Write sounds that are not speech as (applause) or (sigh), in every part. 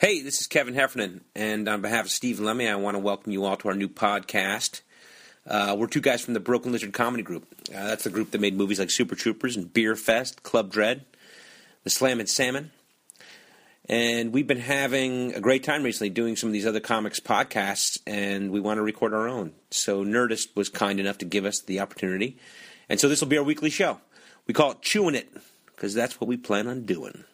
Hey, this is Kevin Heffernan, and on behalf of Steve Lemmy, I want to welcome you all to our new podcast. Uh, we're two guys from the Broken Lizard Comedy Group. Uh, that's the group that made movies like Super Troopers and Beer Fest, Club Dread, The Slam and Salmon. And we've been having a great time recently doing some of these other comics podcasts, and we want to record our own. So Nerdist was kind enough to give us the opportunity. And so this will be our weekly show. We call it Chewing It, because that's what we plan on doing.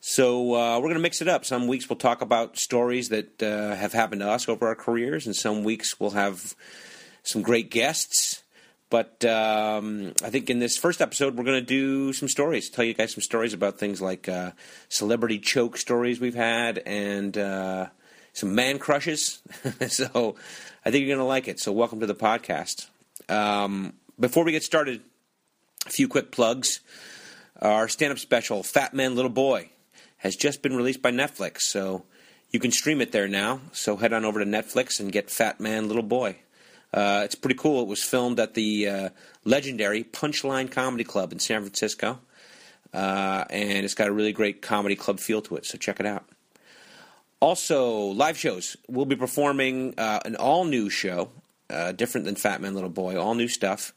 So uh, we're going to mix it up. Some weeks we'll talk about stories that uh, have happened to us over our careers, and some weeks we'll have some great guests. But um, I think in this first episode, we're going to do some stories, tell you guys some stories about things like uh, celebrity choke stories we've had and uh, some man crushes. (laughs) so I think you're going to like it. So welcome to the podcast. Um, before we get started, a few quick plugs. Our stand up special, Fat Man Little Boy, has just been released by Netflix, so you can stream it there now. So head on over to Netflix and get Fat Man Little Boy. Uh, it's pretty cool. It was filmed at the uh, legendary Punchline Comedy Club in San Francisco, uh, and it's got a really great comedy club feel to it, so check it out. Also, live shows. We'll be performing uh, an all new show, uh, different than Fat Man Little Boy, all new stuff.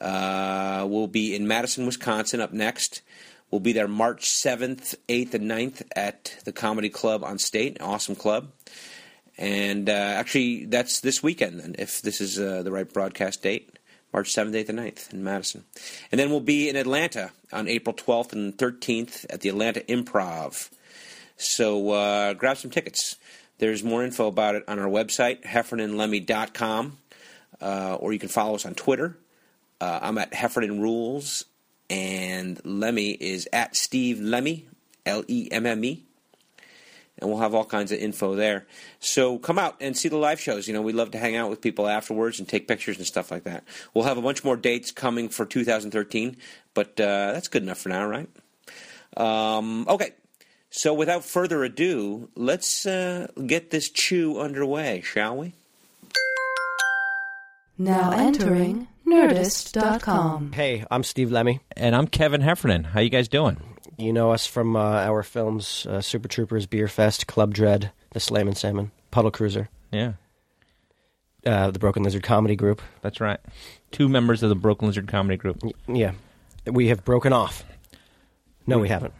Uh, we'll be in Madison, Wisconsin up next. We'll be there March 7th, 8th, and 9th at the Comedy Club on State, an awesome club. And uh, actually, that's this weekend, then, if this is uh, the right broadcast date March 7th, 8th, and 9th in Madison. And then we'll be in Atlanta on April 12th and 13th at the Atlanta Improv. So uh, grab some tickets. There's more info about it on our website, heffernanlemmy.com, uh, or you can follow us on Twitter. Uh, I'm at Heffernan Rules, and Lemmy is at Steve Lemmy, L E M M E and we'll have all kinds of info there. So come out and see the live shows. You know, we love to hang out with people afterwards and take pictures and stuff like that. We'll have a bunch more dates coming for 2013, but uh, that's good enough for now, right? Um, okay, so without further ado, let's uh, get this chew underway, shall we? Now entering Nerdist.com. Hey, I'm Steve Lemmy. and I'm Kevin Heffernan. How you guys doing? You know us from uh, our films uh, Super Troopers, Beer Fest, Club Dread, The Slam and Salmon, Puddle Cruiser, Yeah, uh, the Broken Lizard Comedy Group. that's right. Two members of the Broken Lizard Comedy Group, Y- Yeah, we have broken off. No, we haven't.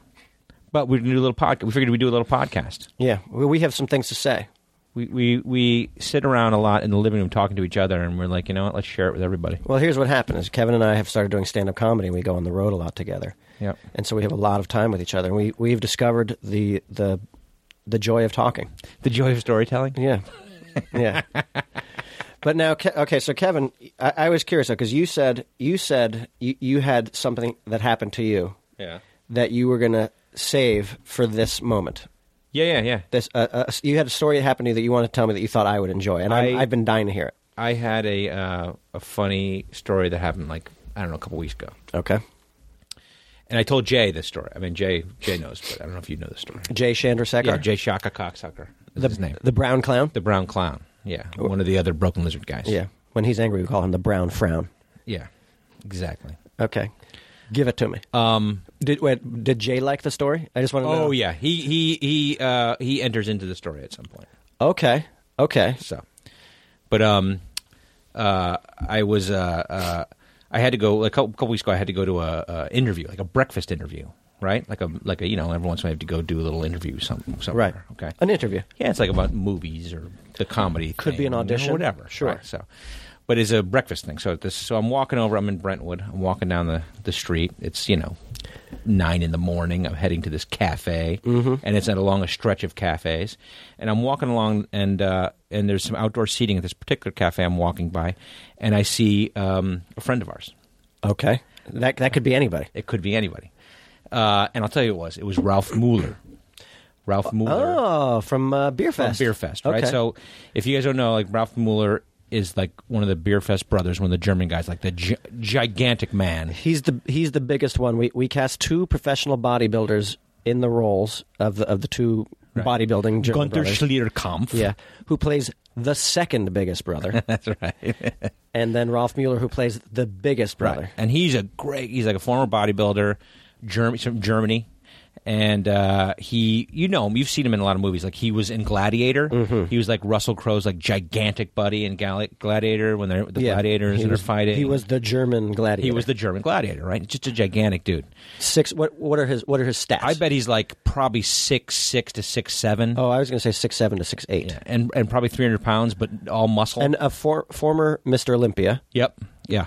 but we do a little podcast. We figured we'd do a little podcast. Yeah, we we have some things to say. We we we sit around a lot in the living room talking to each other, and we're like, you know what? Let's share it with everybody. Well, here's what happened: is Kevin and I have started doing stand-up comedy, and we go on the road a lot together. Yep. and so we have a lot of time with each other. And we we've discovered the the the joy of talking. The joy of storytelling. Yeah, (laughs) yeah. but now, Ke- okay. So, Kevin, I, I was curious because you said you said you, you had something that happened to you Yeah. that you were going to save for this moment. Yeah, yeah, yeah. This uh, uh, you had a story that happened to you that you wanted to tell me that you thought I would enjoy, and I, I- I've been dying to hear it. I had a uh, a funny story that happened like I don't know a couple weeks ago, Okay, and I told Jay this story. I mean, Jay Jay knows, but I don't know if you know this story. Jay Chandrasekhar, Yeah, Jay Shaka Cocksucker. Is the, his name. the brown clown. the brown clown. Yeah, one of the other Broken Lizard guys. yeah, when he's angry, we call him the brown frown. yeah, exactly. Okay, give it to me. Um, Did wait, did Jay like the story? I just want to know. Oh yeah, he he he uh, he enters into the story at some point. Okay. Okay. So, but um, uh, I was uh, uh I had to go a couple, couple weeks ago. I had to go to a, a interview, like a breakfast interview, right? Like a like a you know every once in a while I have to go do a little interview some Right. somewhere. Okay. An interview. Yeah, it's like about movies or the comedy. Could be thing, an you know, audition. whatever. Sure. Right, so, but it's a breakfast thing. So this, so I'm walking over. I'm in Brentwood. I'm walking down the the street. It's you know nine in the morning. I'm heading to this cafe, Mm-hmm. and it's at along a stretch of cafes. And I'm walking along, and uh, and there's some outdoor seating at this particular cafe I'm walking by, and I see um, a friend of ours. Okay. That that could be anybody. It could be anybody. Uh, and I'll tell you, who it was it was Ralph Mueller. Ralph Mueller Oh, from uh, Beer from Fest. Beer Fest, right? Okay. So if you guys don't know, like Ralph Mueller is like one of the Beer Fest brothers, one of the German guys, like the gi- gigantic man. he's the he's the biggest one. We we cast two professional bodybuilders in the roles of the of the two bodybuilding German Gunther brothers. Schlierkampf. yeah, who plays the second (laughs) biggest brother, that's right. and then Rolf Mueller, who plays the biggest brother. And he's a great, he's like a former bodybuilder, Germ- he's from Germany. and uh, he, you know him, you've seen him in a lot of movies. Like he was in Gladiator. Mm-hmm. He was like Russell Crowe's like gigantic buddy in Gal- Gladiator when they're the gladiators he that was, are fighting. He was the German gladiator. he was the German gladiator, right? Just a gigantic dude. six. What what are his what are his stats? I bet he's like probably six six to six seven, Oh, I was going to say six seven to six eight, and and probably three hundred pounds, but all muscle. and a for, former Mr. Olympia. Yep. Yeah.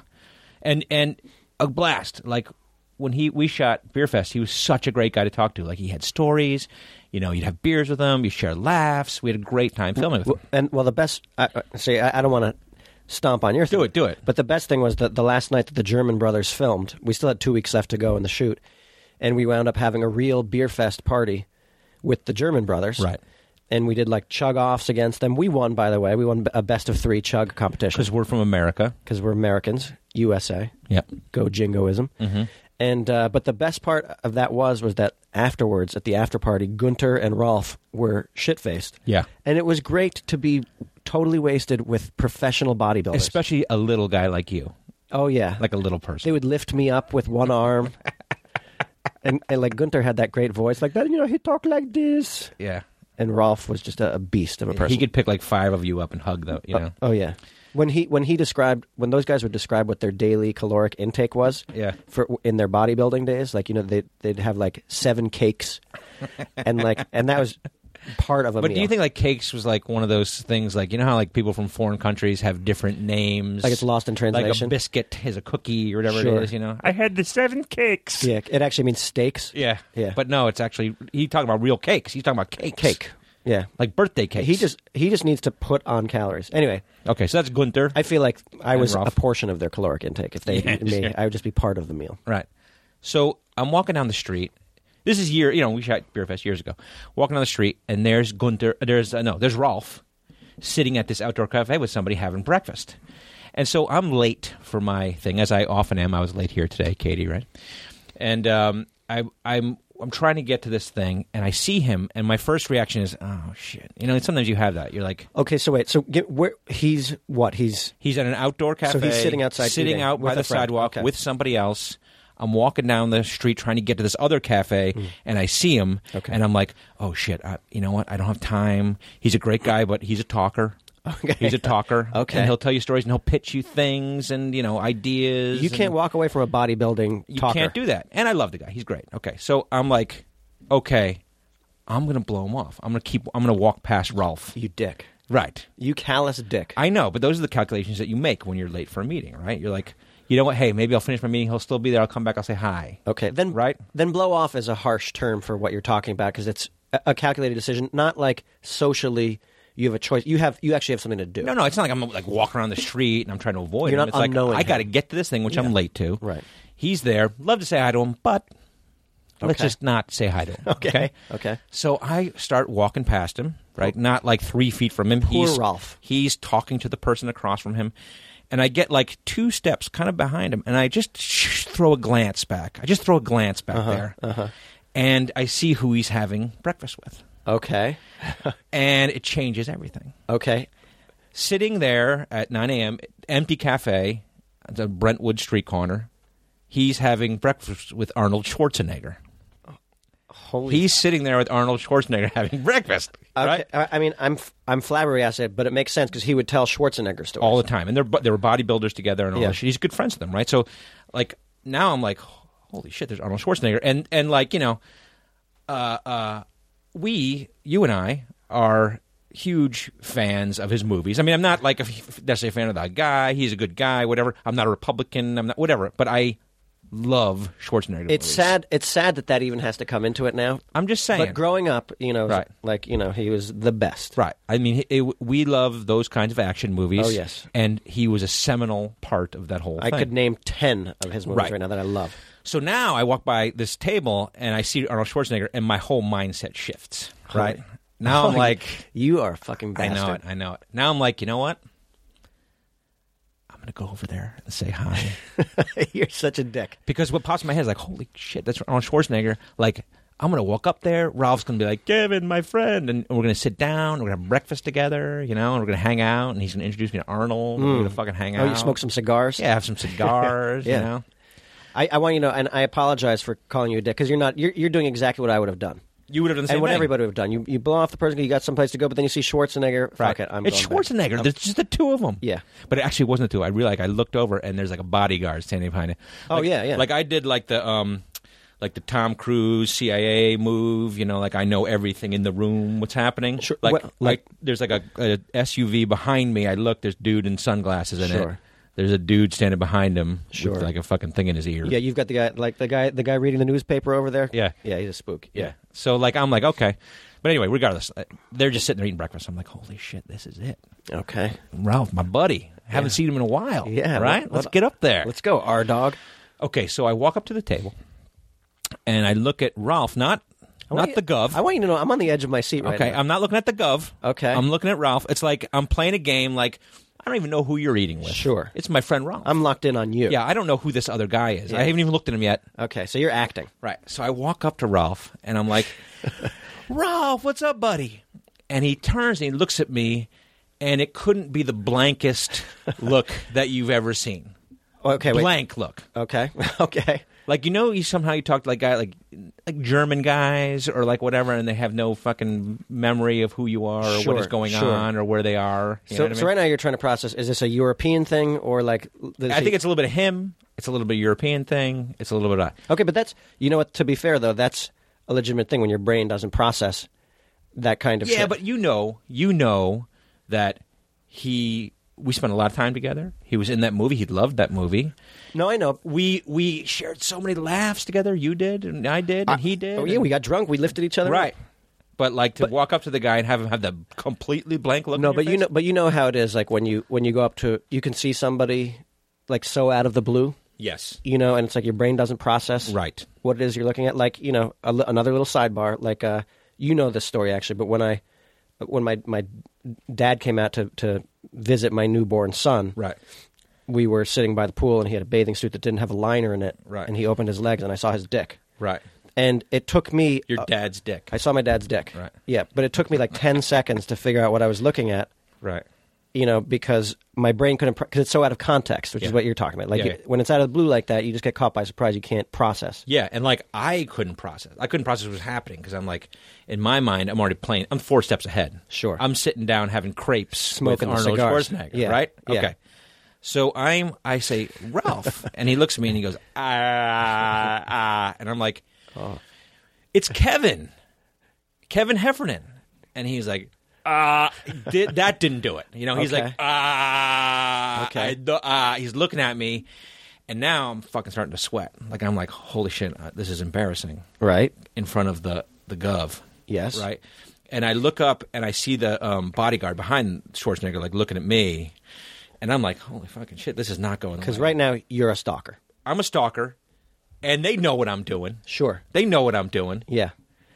And and a blast. Like when he we shot Beerfest, he was such a great guy to talk to. Like he had stories. You know, you'd have beers with him. You share laughs. We had a great time filming with him. And well, the best. I, I- see, I, I don't want to stomp on your thing. Do it, do it. But the best thing was that the last night that the German brothers filmed, we still had two weeks left to go in the shoot, and we wound up having a real beer fest party with the German brothers. Right. And we did like chug offs against them. We won, by the way. We won a best of three chug competition because we're from America. because we're Americans, USA. Yep. go jingoism. Mm-hmm. And uh, but the best part of that was was that afterwards at the after party, Gunter and Rolf were shit faced. Yeah. and it was great to be totally wasted with professional bodybuilders. Especially a little guy like you, oh yeah, like a little person. they would lift me up with (laughs) one arm. And, and like Gunter had that great voice, like that, you know, he talked like this. yeah. And Rolf was just a, a beast of a person. He could pick like five of you up and hug them. You know. Oh yeah. When he when he described when those guys would describe what their daily caloric intake was, Yeah. for in their bodybuilding days, like you know they they'd have like (laughs) seven cakes, and like and that was part of a but meal. do you think like cakes was like one of those things like you know how like people from foreign countries have different names like it's lost in like a translation? biscuit is a cookie or whatever Sure. it is you know I had the seven cakes yeah, it actually means steaks. Yeah, Yeah. But no, it's actually he talking about real cakes. He's talking about cakes, cake. Yeah, like birthday cakes. he just he just needs to put on calories. Anyway, okay. So that's Gunther, I feel like I And was Rolf. a portion of their caloric intake. If they Yeah, me, sure. I would just be part of the meal. right? So I'm walking down the street. This is year, you know, we shot Beer Fest years ago. Walking down the street, and there's Gunther. There's uh, no, there's Rolf sitting at this outdoor cafe with somebody having breakfast. And so I'm late for my thing, as I often am. I was late here today, Katie, right? And um, I, I'm I'm trying to get to this thing, and I see him, and my first reaction is, oh shit. You know, and sometimes you have that. You're like, Okay, so wait, so get, where he's what he's He's at an outdoor cafe. So he's sitting outside sitting eating out with by a the friend. sidewalk Okay. with somebody else. I'm walking down the street trying to get to this other cafe, and I see him, Hmm. Okay. and I'm like, "Oh shit! I, you know what? I don't have time. He's a great guy, but he's a talker. Okay. He's a talker. (laughs) Okay. and he'll tell you stories, and he'll pitch you things, and you know ideas. you can't and- walk away from a bodybuilding you talker. can't do that. And I love the guy. He's great. Okay. So I'm like, okay, I'm gonna blow him off. I'm gonna keep. I'm gonna walk past Rolf. You dick. Right. You callous dick. I know, but those are the calculations that you make when you're late for a meeting, right? You're like, you know what? Hey, maybe I'll finish my meeting. He'll still be there. I'll come back. I'll say hi. okay, then Right. Then blow off is a harsh term for what you're talking about because it's a- a calculated decision, not like socially you have a choice. You have you actually have something to do. No, no, it's not like I'm like walking around the street and I'm trying to avoid You're him. not It's like unknowing I got to him. get to this thing, which I'm late to. Right. He's there. Love to say hi to him, but let's Okay. just not say hi to him. Okay. (laughs) Okay. So I start walking past him, right? Not like three feet from him. Poor he's, Ralph. He's talking to the person across from him, and I get like two steps kind of behind him, and I just sh- throw a glance back. I just throw a glance back Uh-huh. there, and I see who he's having breakfast with, Okay. and it changes everything. Okay. Sitting there at 9 a.m., empty cafe, at the Brentwood Street corner, he's having breakfast with Arnold Schwarzenegger. Holy. He's sitting there with Arnold Schwarzenegger (laughs) having breakfast, okay. right? I, I mean, I'm f- I'm flabbergasted, but it makes sense because he would tell Schwarzenegger stories. all the time, and they're bu- they were bodybuilders together and all Yeah. that shit. He's good friends with them, right? So, like now I'm like, holy shit, there's Arnold Schwarzenegger, and and like you know, uh, uh, we, you and I, are huge fans of his movies. I mean, I'm not like a, necessarily a fan of that guy. He's a good guy, whatever. I'm not a Republican. I'm not whatever, but I love Schwarzenegger. it's movies. sad. It's sad that that even has to come into it now. I'm just saying. But growing up, you know, Right. like you know, he was the best. Right. I mean, he- it, we love those kinds of action movies. Oh, yes. And he was a seminal part of that whole I thing. could name ten of his movies Right. right now that I love. So now I walk by this table and I see Arnold Schwarzenegger, and my whole mindset shifts. Right Holy- now, I'm like, Oh You are a fucking I bastard. know it, I know it. Now I'm like, you know what? I'm gonna go over there and say (laughs) hi You're such a dick. because what pops in my head is like, holy shit, that's Arnold Schwarzenegger. Like, I'm gonna walk up there. Ralph's gonna be like, Kevin, my friend, and we're gonna sit down. We're gonna have breakfast together, you know, and we're gonna hang out. And he's gonna introduce me to Arnold. And we're gonna fucking hang Hmm. Oh, out. (laughs) you smoke some cigars? Yeah, have some cigars. Yeah. You know. I, I want you to know, and I apologize for calling you a dick because you're not. You're, you're doing exactly what I would have done. You would have done the same and what thing. everybody would have done. You, you blow off the person, you got someplace to go, but then you see Schwarzenegger. Fuck it, I'm it's going back. Schwarzenegger. There's just the two of them. Yeah. but it actually wasn't the two. I realized I looked over and there's like a bodyguard standing behind it. Oh, Like- yeah, yeah. Like I did like the um, like the Tom Cruise CIA move. You know, like I know everything in the room, what's happening. Sure. Like What- like, there's like a, a SUV behind me. I look. There's dude in sunglasses in it. Sure. There's a dude standing behind him Sure. with like a fucking thing in his ear. Yeah, you've got the guy, like the guy, the guy reading the newspaper over there. Yeah. yeah, he's a spook. Yeah. So like I'm like okay, but anyway, regardless, uh, they're just sitting there eating breakfast. I'm like, holy shit, this is it. Okay. Ralph, my buddy, haven't seen him in a while. Yeah, right. what- Let's what- get up there. Let's go, our dog. Okay, so I walk up to the table, and I look at Ralph, not I not want you- the gov. Oh, I want you to know I'm on the edge of my seat right okay, now. I'm not looking at the gov. Okay. I'm looking at Ralph. It's like I'm playing a game. Like I don't even know who you're eating with. Sure. it's my friend Ralph. I'm locked in on you. yeah, I don't know who this other guy is. Yeah. I haven't even looked at him yet. Okay, so you're acting. Right. So I walk up to Ralph and I'm (laughs) like, Ralph, what's up, buddy? And he turns and he looks at me, and it couldn't be the blankest look that you've ever seen. Okay, wait. Blank look. Okay, (laughs) okay. Like you know, you somehow you talk to like guy like like German guys or like whatever, and they have no fucking memory of who you are or Sure, what is going sure. on or where they are. You know So, what I so mean? right now you're trying to process: is this a European thing or like? does I he- think it's a little bit of him. It's a little bit European thing. It's a little bit of okay, but that's you know what. To be fair though, that's a legitimate thing when your brain doesn't process that kind of. yeah, shit. but you know, you know that he. We spent a lot of time together. He was in that movie. He loved that movie. no, I know. We we shared so many laughs together. You did, and I did, and he did. Oh yeah, and- we got drunk. We lifted each other. up. right. But like to walk up to the guy and have him have the completely blank look. No, on your but you face? know, but you know how it is. Like when you when you go up to, you can see somebody like so out of the blue, Yes. you know, and it's like your brain doesn't process Right. what it is you're looking at. Like you know, a, li- another little sidebar. Like uh, you know this story actually, but when I when my my dad came out to to visit my newborn son, Right. we were sitting by the pool and he had a bathing suit that didn't have a liner in it, Right. And he opened his legs and I saw his dick, Right. and it took me Your uh, dad's dick. I saw my dad's dick, Right. Yeah, but it took me like ten seconds to figure out what I was looking at right. you know, because my brain couldn't because it's so out of context, which is Yeah. what you're talking about. Like Yeah, you- yeah. when it's out of the blue like that, you just get caught by surprise. You can't process. Yeah, and like I couldn't process. I couldn't process what was happening because I'm like, in my mind, I'm already playing. I'm four steps ahead. Sure. I'm sitting down having crepes, Smoking the with Arnold cigars. Schwarzenegger. Yeah, Right. yeah. Okay. So I'm. I say (laughs) Ralph, and he looks at me and he goes ah ah, and I'm like, Oh. it's Kevin, Kevin Heffernan, and he's like. Ah, did, that didn't do it. You know, he's Okay. like, ah, Okay. I the, uh, he's looking at me, and now I'm fucking starting to sweat. Like I'm like, holy shit, uh, this is embarrassing Right. in front of the the gov. Yes. Right. And I look up and I see the um, bodyguard behind Schwarzenegger, like looking at me, and I'm like, holy fucking shit, this is not going. Because away. right now you're a stalker. I'm a stalker, and they know what I'm doing. Sure. They know what I'm doing. Yeah.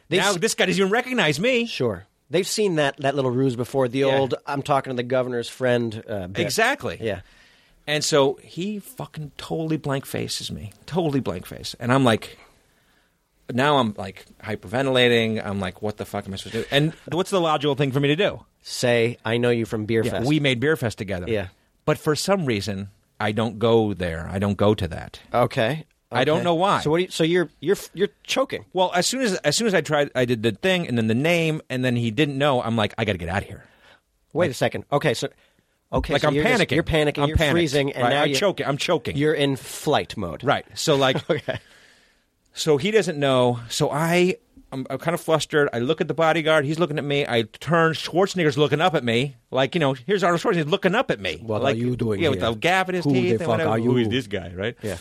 They Now s- this guy doesn't even recognize me. sure. They've seen that that little ruse before. The Yeah. old I'm talking to the governor's friend. Uh, bit. Exactly. Yeah. And so he fucking totally blank faces me, totally blank face, and I'm like, now I'm like hyperventilating. I'm like, what the fuck am I supposed to do? And (laughs) what's the logical thing for me to do? Say I know you from Beer Fest. We made beer fest together. Yeah. but for some reason, I don't go there. I don't go to that. okay. I don't Okay. know why. So what? Do you, so you're you're you're choking. Well, as soon as as soon as I tried, I did the thing, and then the name, and then he didn't know. I'm like, I got to get out of here. Wait a second. Okay. So. Okay. Like so I'm you're panicking. just- you're panicking. I'm you're panicked. freezing, and Right, now I'm you- choking. I'm choking. You're in flight mode. Right. So (laughs) like, so he doesn't know. So I, I'm, I'm kind of flustered. I look at the bodyguard. He's looking at me. I turn. Schwarzenegger's looking up at me. Like you know, here's Arnold Schwarzenegger looking up at me. What like, are you doing Yeah, here? with the gap in his Who the teeth. and fuck whatever. are Who you? is this guy? Right. Yeah.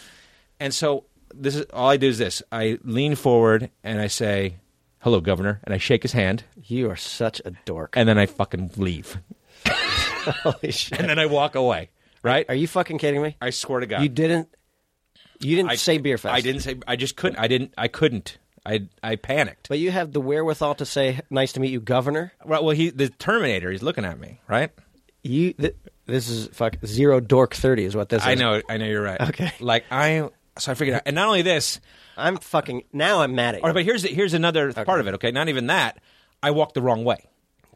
And so this is all I do is this. I lean forward and I say, "Hello, Governor," and I shake his hand, You are such a dork. and then I fucking leave, Holy shit. and then I walk away. Right. Are you fucking kidding me? I swear to God. You didn't. You didn't I, say beer fest. I didn't say. I just couldn't. I didn't. I couldn't. I I panicked. But you have the wherewithal to say, "Nice to meet you, Governor." Right. Well, he the Terminator. He's looking at me. Right. You. Th- this is fuck zero dork thirty is what this I is. know. I know. You're right. Okay. Like I. So I figured out. And not only this. oh, I'm fucking now. I'm mad at you. All right, but here's here's another part of it. Okay. Not even that. I walked the wrong way.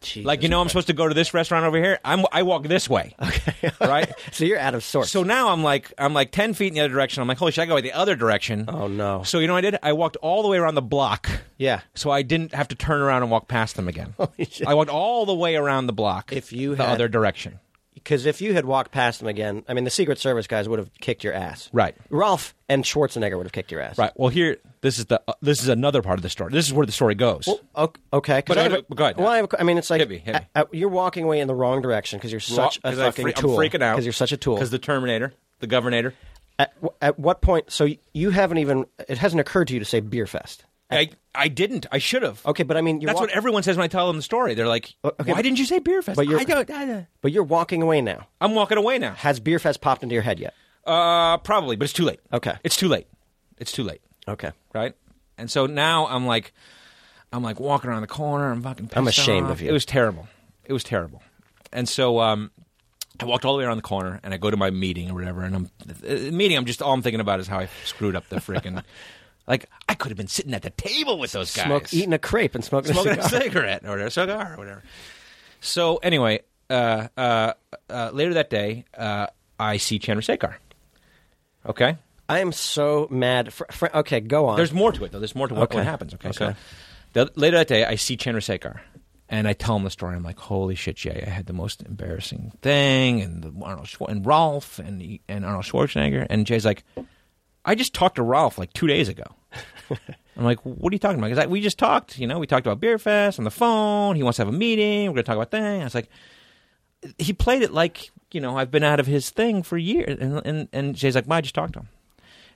Jesus like you know, I'm supposed to go to this restaurant over here. I'm I walk this way. (laughs) Okay, right. So you're out of sorts. So now I'm like I'm like ten feet in the other direction. I'm like, holy shit, I go the other direction. Oh, no. So you know what I did? I walked all the way around the block. Yeah. So I didn't have to turn around and walk past them again. (laughs) Holy shit. I walked all the way around the block. If you the had- other direction, because if you had walked past them again, I mean, the Secret Service guys would have kicked your ass. Right. Rolf and Schwarzenegger would have kicked your ass. right? Well, here this is the uh, this is another part of the story. This is where the story goes. O- Okay. 'cause But I I have have a- go ahead. Well, I, have a que- I mean, it's like Hit me, hit me. uh, uh, you're walking away in the wrong direction because you're such a I fucking fre- tool. I'm freaking out because you're such a tool. Because the Terminator, the Governator. at, w- at what point? So y- you haven't even. It hasn't occurred to you to say beer fest. I, I didn't. I should have. Okay, but I mean, you're that's walk- what everyone says when I tell them the story. They're like, okay, "Why but- didn't you say beer fest?" but you're- I don't. I don't. But you're walking away now. I'm walking away now. Has beer fest popped into your head yet? Uh, probably, but it's too late. Okay. it's too late. It's too late. Okay. right? And so now I'm like, I'm like walking around the corner. I'm fucking. Pissed I'm ashamed off. of you. It was terrible. It was terrible. And so um, I walked all the way around the corner, and I go to my meeting or whatever. And I'm uh, meeting. I'm just all I'm thinking about is how I screwed up the (laughs) freaking. like I could have been sitting at the table with those guys, Smoke, eating a crepe and smoking, smoking a a cigar. cigarette or whatever, cigar or whatever. So anyway, uh, uh, uh, later that day, uh, I see Chandrasekhar. Okay. I am so mad. Fr- fr- okay, go on. There's more to it, though. There's more to what, Okay. what happens. Okay. So Okay. the, later that day, I see Chandrasekhar, and I tell him the story. I'm like, "Holy shit, Jay! I had the most embarrassing thing, and the, Arnold Schwar- and Rolf and he- and Arnold Schwarzenegger." And Jay's like, "I just talked to Rolf like two days (laughs) ago." I'm like, "What are you talking about?" Because we just talked. You know, we talked about Beer Fest on the phone. He wants to have a meeting. We're going to talk about thing. I was like, he played it like you know I've been out of his thing for years, and and and Jay's like, "Why I just talked to him?"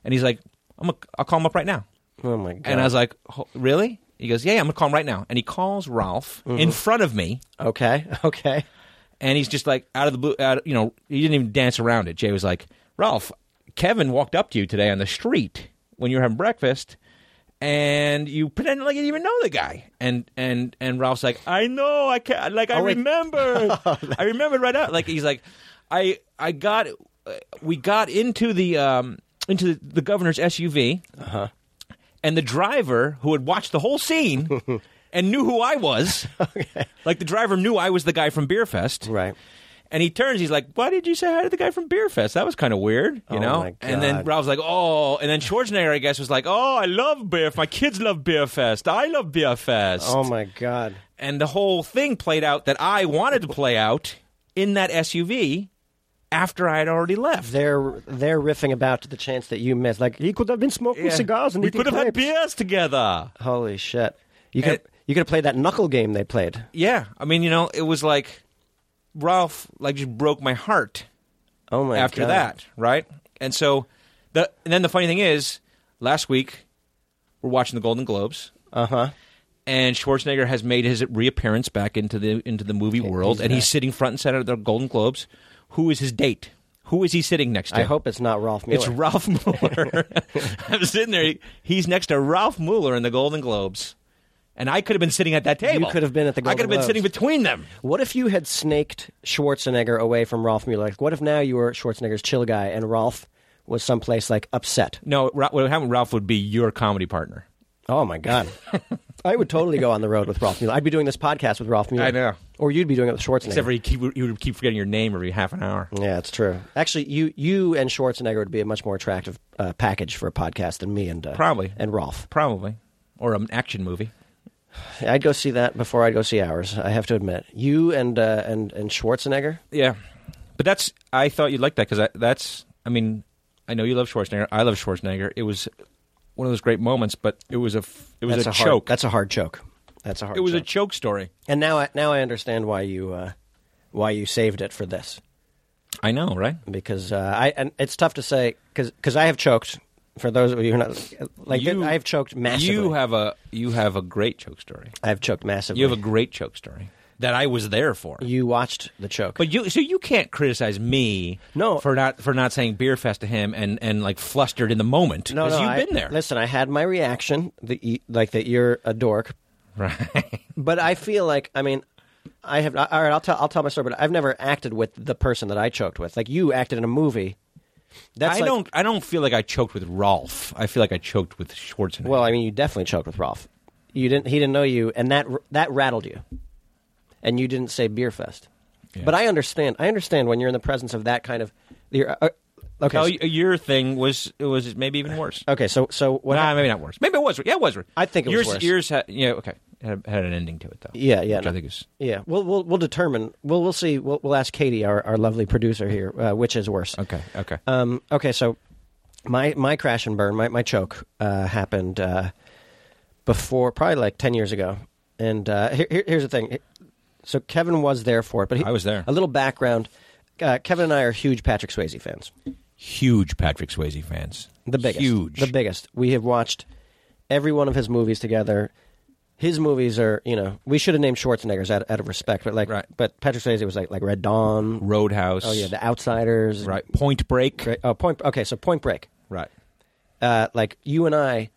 And he's like, "I'm gonna, I'll call him up right now." oh my god. And I was like, "Ho- really? He goes, yeah, yeah, I'm going to call him right now. And he calls Ralph Mm-hmm. in front of me, okay, (laughs) okay. and he's just like, out of the blue, out of- you know, he didn't even dance around it. Jay was like, Ralph, Kevin walked up to you today on the street when you were having breakfast, and you pretended like you didn't even know the guy. And and and Ralph's like, I know, I can't, like, I Oh, wait. (laughs) Oh, remember. I remembered right out. Like, he's like, I, I got, uh, we got into the, um, into the, the governor's SUV Uh-huh. and the driver who had watched the whole (laughs) scene and knew who I was, like the driver knew I was the guy from Beerfest, Right. And he turns, he's like, "Why did you say hi to the guy from Beerfest? That was kind of weird, you Oh, know." my And then God. Ralph's like, "Oh," and then Schwarzenegger, I guess, was like, "Oh, I love beer. My kids love Beerfest. I love Beerfest." Oh my god. And the whole thing played out that I wanted to play out in that SUV after I had already left. They're they're riffing about the chance that you missed. Like he could have been smoking Yeah. cigars and E we eating could have had crepes. beers together. Holy shit! You could And- you could have played that knuckle game they played. Yeah, I mean, you know, it was like Ralph like just broke my heart Oh my! after God. that, right? And so the and then the funny thing is, last week we're watching the Golden Globes. Uh huh. And Schwarzenegger has made his reappearance back into the into the movie world, he's and he's back. sitting front and center at the Golden Globes. Who is his date? Who is he sitting next to? I hope it's not Rolf Mueller. It's (laughs) Ralph Mueller. (laughs) I'm sitting there. He's next to Ralph Mueller in the Golden Globes, and I could have been sitting at that table. could have been at the I could Golden have been Globes. sitting between them. what if you had snaked Schwarzenegger away from Rolf Mueller? Like, what if now you were Schwarzenegger's chill guy and Rolf was someplace like upset? No, Ra- what happened, Ralph would be your comedy partner. Oh (laughs) my god! I would totally go on the road with Rolf Mueller. I'd be doing this podcast with Rolf Mueller. I know. Or you'd be doing it with Schwarzenegger. Except for he, keep, he would keep forgetting your name every half an hour. Yeah, it's true. Actually, you you and Schwarzenegger would be a much more attractive uh, package for a podcast than me and uh, Probably. and Rolf. Probably. Or an action movie. I'd go see that before I'd go see ours. I have to admit, you and uh, and and Schwarzenegger. Yeah. But that's, I thought you'd like that because that's, I mean, I know you love Schwarzenegger. I love Schwarzenegger. It was one of those great moments, but it was a, f- it was that's a, hard, choke. That's a hard choke. That's a hard. it was choke. a choke story. and now I now I understand why you uh, why you saved it for this I know, right? because uh, I and it's tough to say because I have choked. For those of you who are not like You- I have choked massively. You have a, you have a great choke story. I have choked massively. You have a great choke story that I was there for. you watched the choke. But you, so you can't criticize me, No. for not for not saying beer fest to him and and like flustered in the moment. No, 'cause no, you've I- been there. Listen, I had my reaction, that you, like that you're a dork, (laughs) Right. but I feel like I mean, I have all right. I'll tell I'll tell my story, but I've never acted with the person that I choked with. Like you acted in a movie. That's I like- don't. I don't feel like I choked with Rolf. I feel like I choked with Schwarzenegger. Well, I mean, you definitely choked with Rolf. You didn't. He didn't know you, and that that rattled you. and you didn't say beer fest. Yeah. But I understand. I understand when you're in the presence of that kind of. You're, uh, okay. Oh, so- y- your thing was it was maybe even worse. okay. So so what? nah, hap- maybe not worse. Maybe it was. Yeah, it was worse. Uh, I think it was yours, worse. Yours had yeah. Okay, had, had an ending to it though. Yeah, yeah, Which no. I think is yeah. We'll we'll we'll determine. We'll we'll see. We'll we'll ask Katie, our, our lovely producer here, uh, which is worse. okay. Okay. Um, okay, so my my crash and burn, my my choke uh, happened uh, before, probably like ten years ago. And uh, here, here- here's the thing. So Kevin was there for it, but he, I was there. A little background. Uh, Kevin and I are huge Patrick Swayze fans. Huge Patrick Swayze fans. The biggest. Huge. The biggest. We have watched every one of his movies together. His movies are, you know, we should have named Schwarzenegger's out, out of respect, but like, Right. but Patrick Swayze was like like Red Dawn. Roadhouse. Oh yeah, The Outsiders. right. Point Break. Great- Oh, Point. Okay, so Point Break. Right. uh, like you and I,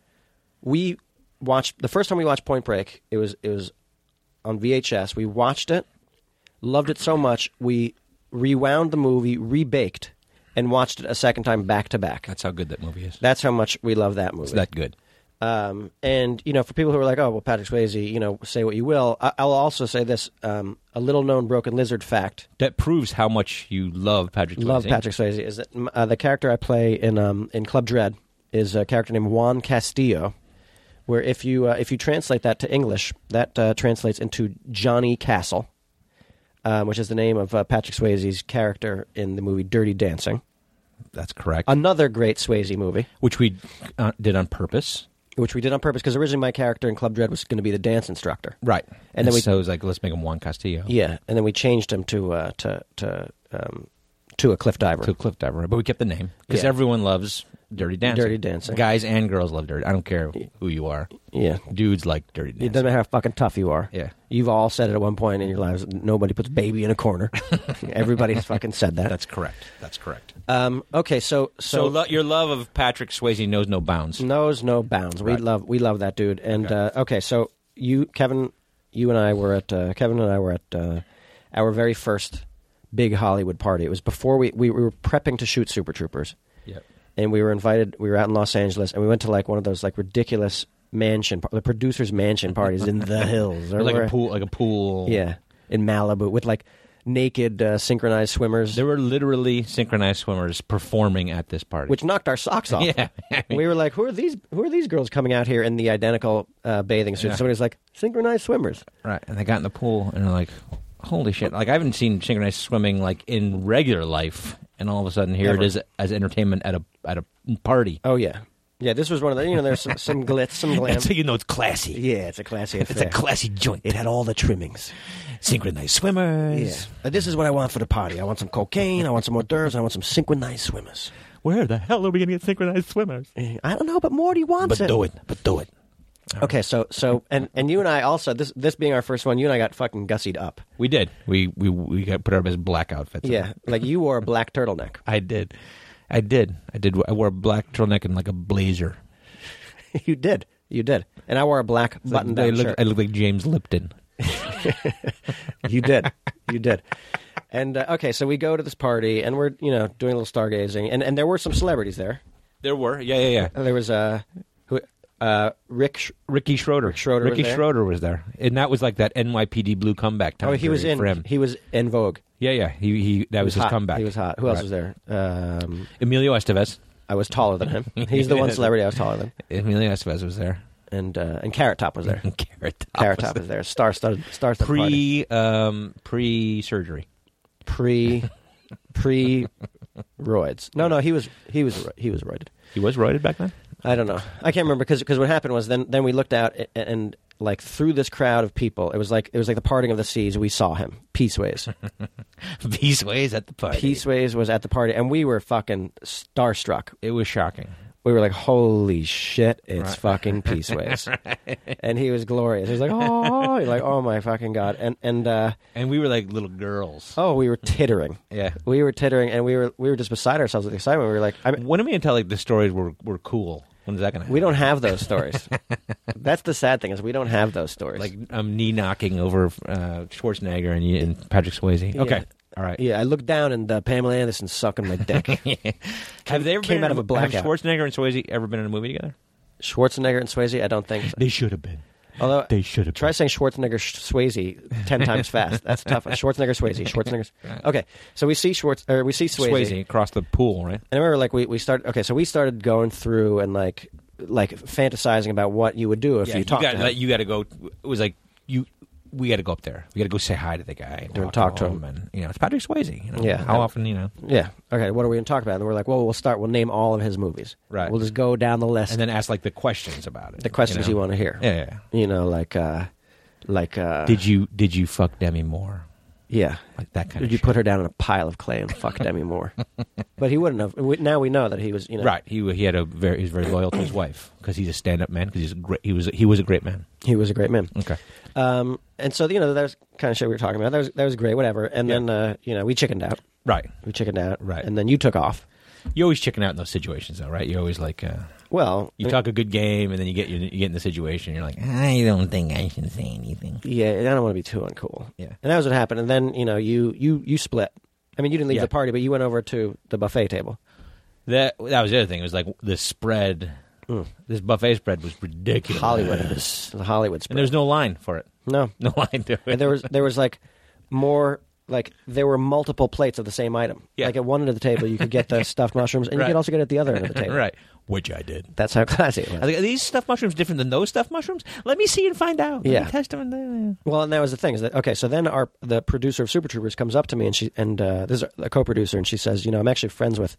we watched the first time we watched Point Break. It was it was on VHS. We watched it, loved it so much we rewound the movie, rebaked, and watched it a second time back to back. That's how good that movie is. That's how much we love that movie. It's that good. Um, and you know, for people who are like, "Oh, well, Patrick Swayze," you know, say what you will. I- I'll also say this: um, a little-known Broken Lizard fact. That proves how much you love Patrick. Love Swayze. Patrick Swayze is that mm, uh, the character I play in um, in Club Dread is a character named Juan Castillo, where if you uh, if you translate that to English, that uh, translates into Johnny Castle, um, which is the name of uh, Patrick Swayze's character in the movie Dirty Dancing, That's correct. another great Swayze movie, Which we uh, did on purpose. which we did on purpose because originally my character in Club Dread was going to be the dance instructor, Right. And then we- so it was like, let's make him Juan Castillo. Yeah, and then we changed him to uh, to to um, to a cliff diver. To Cliff Diver, but we kept the name because Yeah. everyone loves Dirty Dancing. Dirty Dancing. Guys and girls love Dirty. I don't care who you are. yeah. Dudes like Dirty Dancing. It doesn't matter how fucking tough you are. Yeah. You've all said it at one point in your lives. Nobody puts baby in a corner. (laughs) Everybody's fucking said that. That's correct. That's correct. um, okay, so So, so, Mm. lo- your love of Patrick Swayze knows no bounds. knows no bounds. We Right. love we love that dude. And okay, uh, okay so you Kevin, you and I were at uh, Kevin and I were at uh, our very first big Hollywood party. It was before we, we we were prepping to shoot Super Troopers, Yep. and we were invited. We were out in Los Angeles, and we went to like one of those like ridiculous mansion, par- the producers' mansion parties in the (laughs) hills, or Like a where- pool. Like a pool. Yeah, in Malibu with like naked uh, synchronized swimmers, There were literally synchronized swimmers performing at this party. which knocked our socks (laughs) off. (laughs) Yeah. we were like, "Who are these? Who are these girls coming out here in the identical uh, bathing suits?" Yeah. Somebody was like, "Synchronized swimmers." right, and they got in the pool and they're like, "Holy shit!" Like I haven't seen synchronized swimming like in regular life, and all of a sudden here Never. it is as entertainment at a at a party. Oh yeah, yeah. This was one of the you know there's some, some glitz, (laughs) some glam. That's how you know it's classy. yeah, it's a classy affair. It's a classy joint. it had all the trimmings. synchronized swimmers. Uh, This is what I want for the party. I want some cocaine. I want some hors d'oeuvres. I want some synchronized swimmers. Where the hell are we going to get synchronized swimmers? Eh, I don't know, but Morty wants But do it. But do it. Okay, so so and and you and I also this this being our first one, you and I got fucking gussied up. We did. We we we got put our best black outfits. on. (laughs) Yeah, like you wore a black turtleneck. I did. I did. I did. I wore a black turtleneck and like a blazer. You did. You did. And I wore a black button I down looked, shirt. I looked like James Lipton. (laughs) You did. (laughs) You did. And uh, okay, so we go to this party and we're, you know, doing a little stargazing. And and there were some celebrities there. There were. Yeah, yeah, yeah. And There was uh who uh Rick Sh- Ricky Schroeder. Schroeder was Ricky there? Schroeder was there, and that was like that NYPD Blue comeback time. Oh, he was period in for him. he was in Vogue. yeah, yeah. He he. That was, his hot. comeback. He was hot. Who else Right. was there? Um Emilio Estevez. I was taller (laughs) than him. He's the one celebrity I was taller than. Emilio Estevez was there. And uh and Carrot Top (laughs) was there. And Carrot Top. Carrot was Top there. was there. Star studded star studded party. Pre um pre surgery. pre pre roids. No, no, he was he was he was roided. He was roided back then. I don't know. I can't remember because what happened was then then we looked out and, and like through this crowd of people, it was like it was like the parting of the seas. We saw him. Peaceways. (laughs) These ways at the party. Peaceways was at the party, and we were fucking starstruck. It was shocking. We were like, "Holy shit! It's fucking Peaceways!" And he was glorious. He was like, "Oh, he's like oh my fucking god!" And and uh, And we were like little girls. oh, we were tittering. Yeah. We were tittering, and we were we were just beside ourselves with excitement. We were like, I mean, When am I gonna tell like the stories were were cool? When is that gonna happen? We don't have those stories. (laughs) That's the sad thing is we don't have those stories. like I'm knee knocking over uh, Schwarzenegger and, and Patrick Swayze. Okay, all right. yeah, I looked down and uh, Pamela Anderson sucking (laughs) my dick. Have they ever came been out in of a mo- have blackout. Schwarzenegger and Swayze ever been in a movie together? Schwarzenegger and Swayze, I don't think. So. They should have been. Although They should have try been. saying Schwarzenegger Sch- Swayze ten times fast. That's tough. (laughs) Schwarzenegger Swayze. Schwarzenegger. Okay, so we see Schwartz or we see Swayze, Swayze and across the pool, right? I remember like we we started. Okay, so we started going through and like like fantasizing about what you would do if you talked got to him. you got to go. It was like you. We got to go up there. We got to go say hi to the guy and And talk, to, him. And you know, it's Patrick Swayze. You know, Yeah. How often you know? yeah. Okay. What are we going to talk about? And we're like, well, we'll start. We'll name all of his movies. Right. We'll just go down the list. And then ask like the questions about it. the questions you, know? want to hear. Yeah, yeah. You know, like uh, like uh, Did you did you fuck Demi Moore? yeah. Like that kind Did of you shit. put her down in a pile of clay and fuck (laughs) Demi Moore? but he wouldn't have. We, now we know that he was, you know, Right. He he had a very he was very loyal to his wife because he's a stand up man because he's a great he was he was a great man. He was a great man. Okay. Um, and so you know that was kind of shit we were talking about. That was that was great, whatever. And then uh, you know we chickened out. Right. We chickened out. Right. And then you took off. You're always chicken out in those situations though, right? You're always like uh, Well, you talk a good game and then you get you, you get in the situation and you're like I don't think I should say anything. yeah, I don't want to be too uncool. Yeah. And that was what happened. And then you know you you you split. I mean, you didn't leave Yeah. the party, but you went over to the buffet table. That that was the other thing. It was like the spread. This buffet spread was ridiculous. Mm. Hollywood, it was the (laughs) Hollywood and spread. there's no line for it. no, No (laughs) line to it. and there was there was like more like there were multiple plates of the same item. Yeah. Like at one end of the table, you (laughs) could get the stuffed mushrooms, and Right. you could also get it at the other end of the (laughs) table. right, which I did. That's how classy it was. I was like, are these stuffed mushrooms different than those stuffed mushrooms? Let me see and find out. Let Yeah. me test them. And then- Well, and that was the thing is that okay. So then our the producer of Super Troopers comes up to me and she and uh, this is a co-producer and she says, you know, I'm actually friends with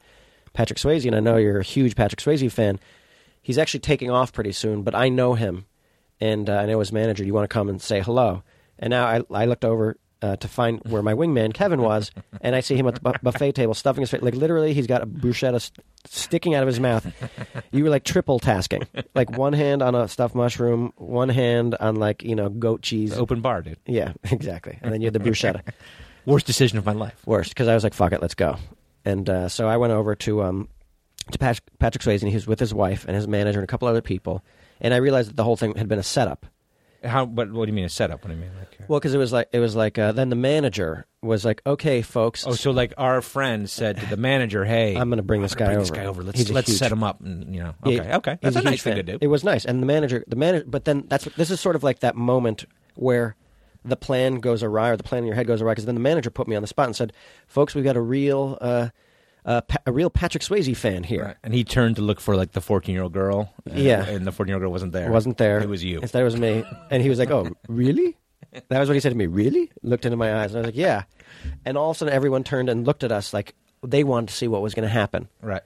Patrick Swayze and I know you're a huge Patrick Swayze fan. He's actually taking off pretty soon, but I know him and uh, I know his manager. You want to come and say hello? And now I I looked over. Uh, to find where my wingman Kevin was, and I see him at the bu- buffet table stuffing his face. Like literally, he's got a bruschetta st- sticking out of his mouth. You were like triple tasking, like one hand on a stuffed mushroom, one hand on like you know goat cheese, Open bar, dude. yeah, (laughs) exactly. And then you had the bruschetta. Worst decision of my life. Worst, because I was like, fuck it, let's go. And uh, so I went over to um, to Pat- Patrick Swayze, and he was with his wife and his manager and a couple other people. And I realized that the whole thing had been a setup. How? But what do you mean a setup? What do you mean? Like, Well, because it was like it was like uh, then the manager was like, okay, folks, oh, so like our friend said to the manager, "Hey, I'm gonna bring I'm this gonna guy bring this over. guy over. Let's He's a let's huge- set him up." And you know, okay, Yeah, okay, he's that's a huge nice thing to do. fan. It was nice, and the manager, the manager. But then that's this is sort of like that moment where the plan goes awry, or the plan in your head goes awry, because then the manager put me on the spot and said, "Folks, we've got a real, uh, uh, pa- a real Patrick Swayze fan here. Right. And he turned to look for like the 14 year old girl. and- Yeah. And the 14 year old girl wasn't there. Wasn't there? It was you. Instead, it was me, and he was (laughs) like, "Oh, really?" That was what he said to me. Really? Looked into my eyes, and I was like, "Yeah." And all of a sudden, everyone turned and looked at us like they wanted to see what was going to happen, Right.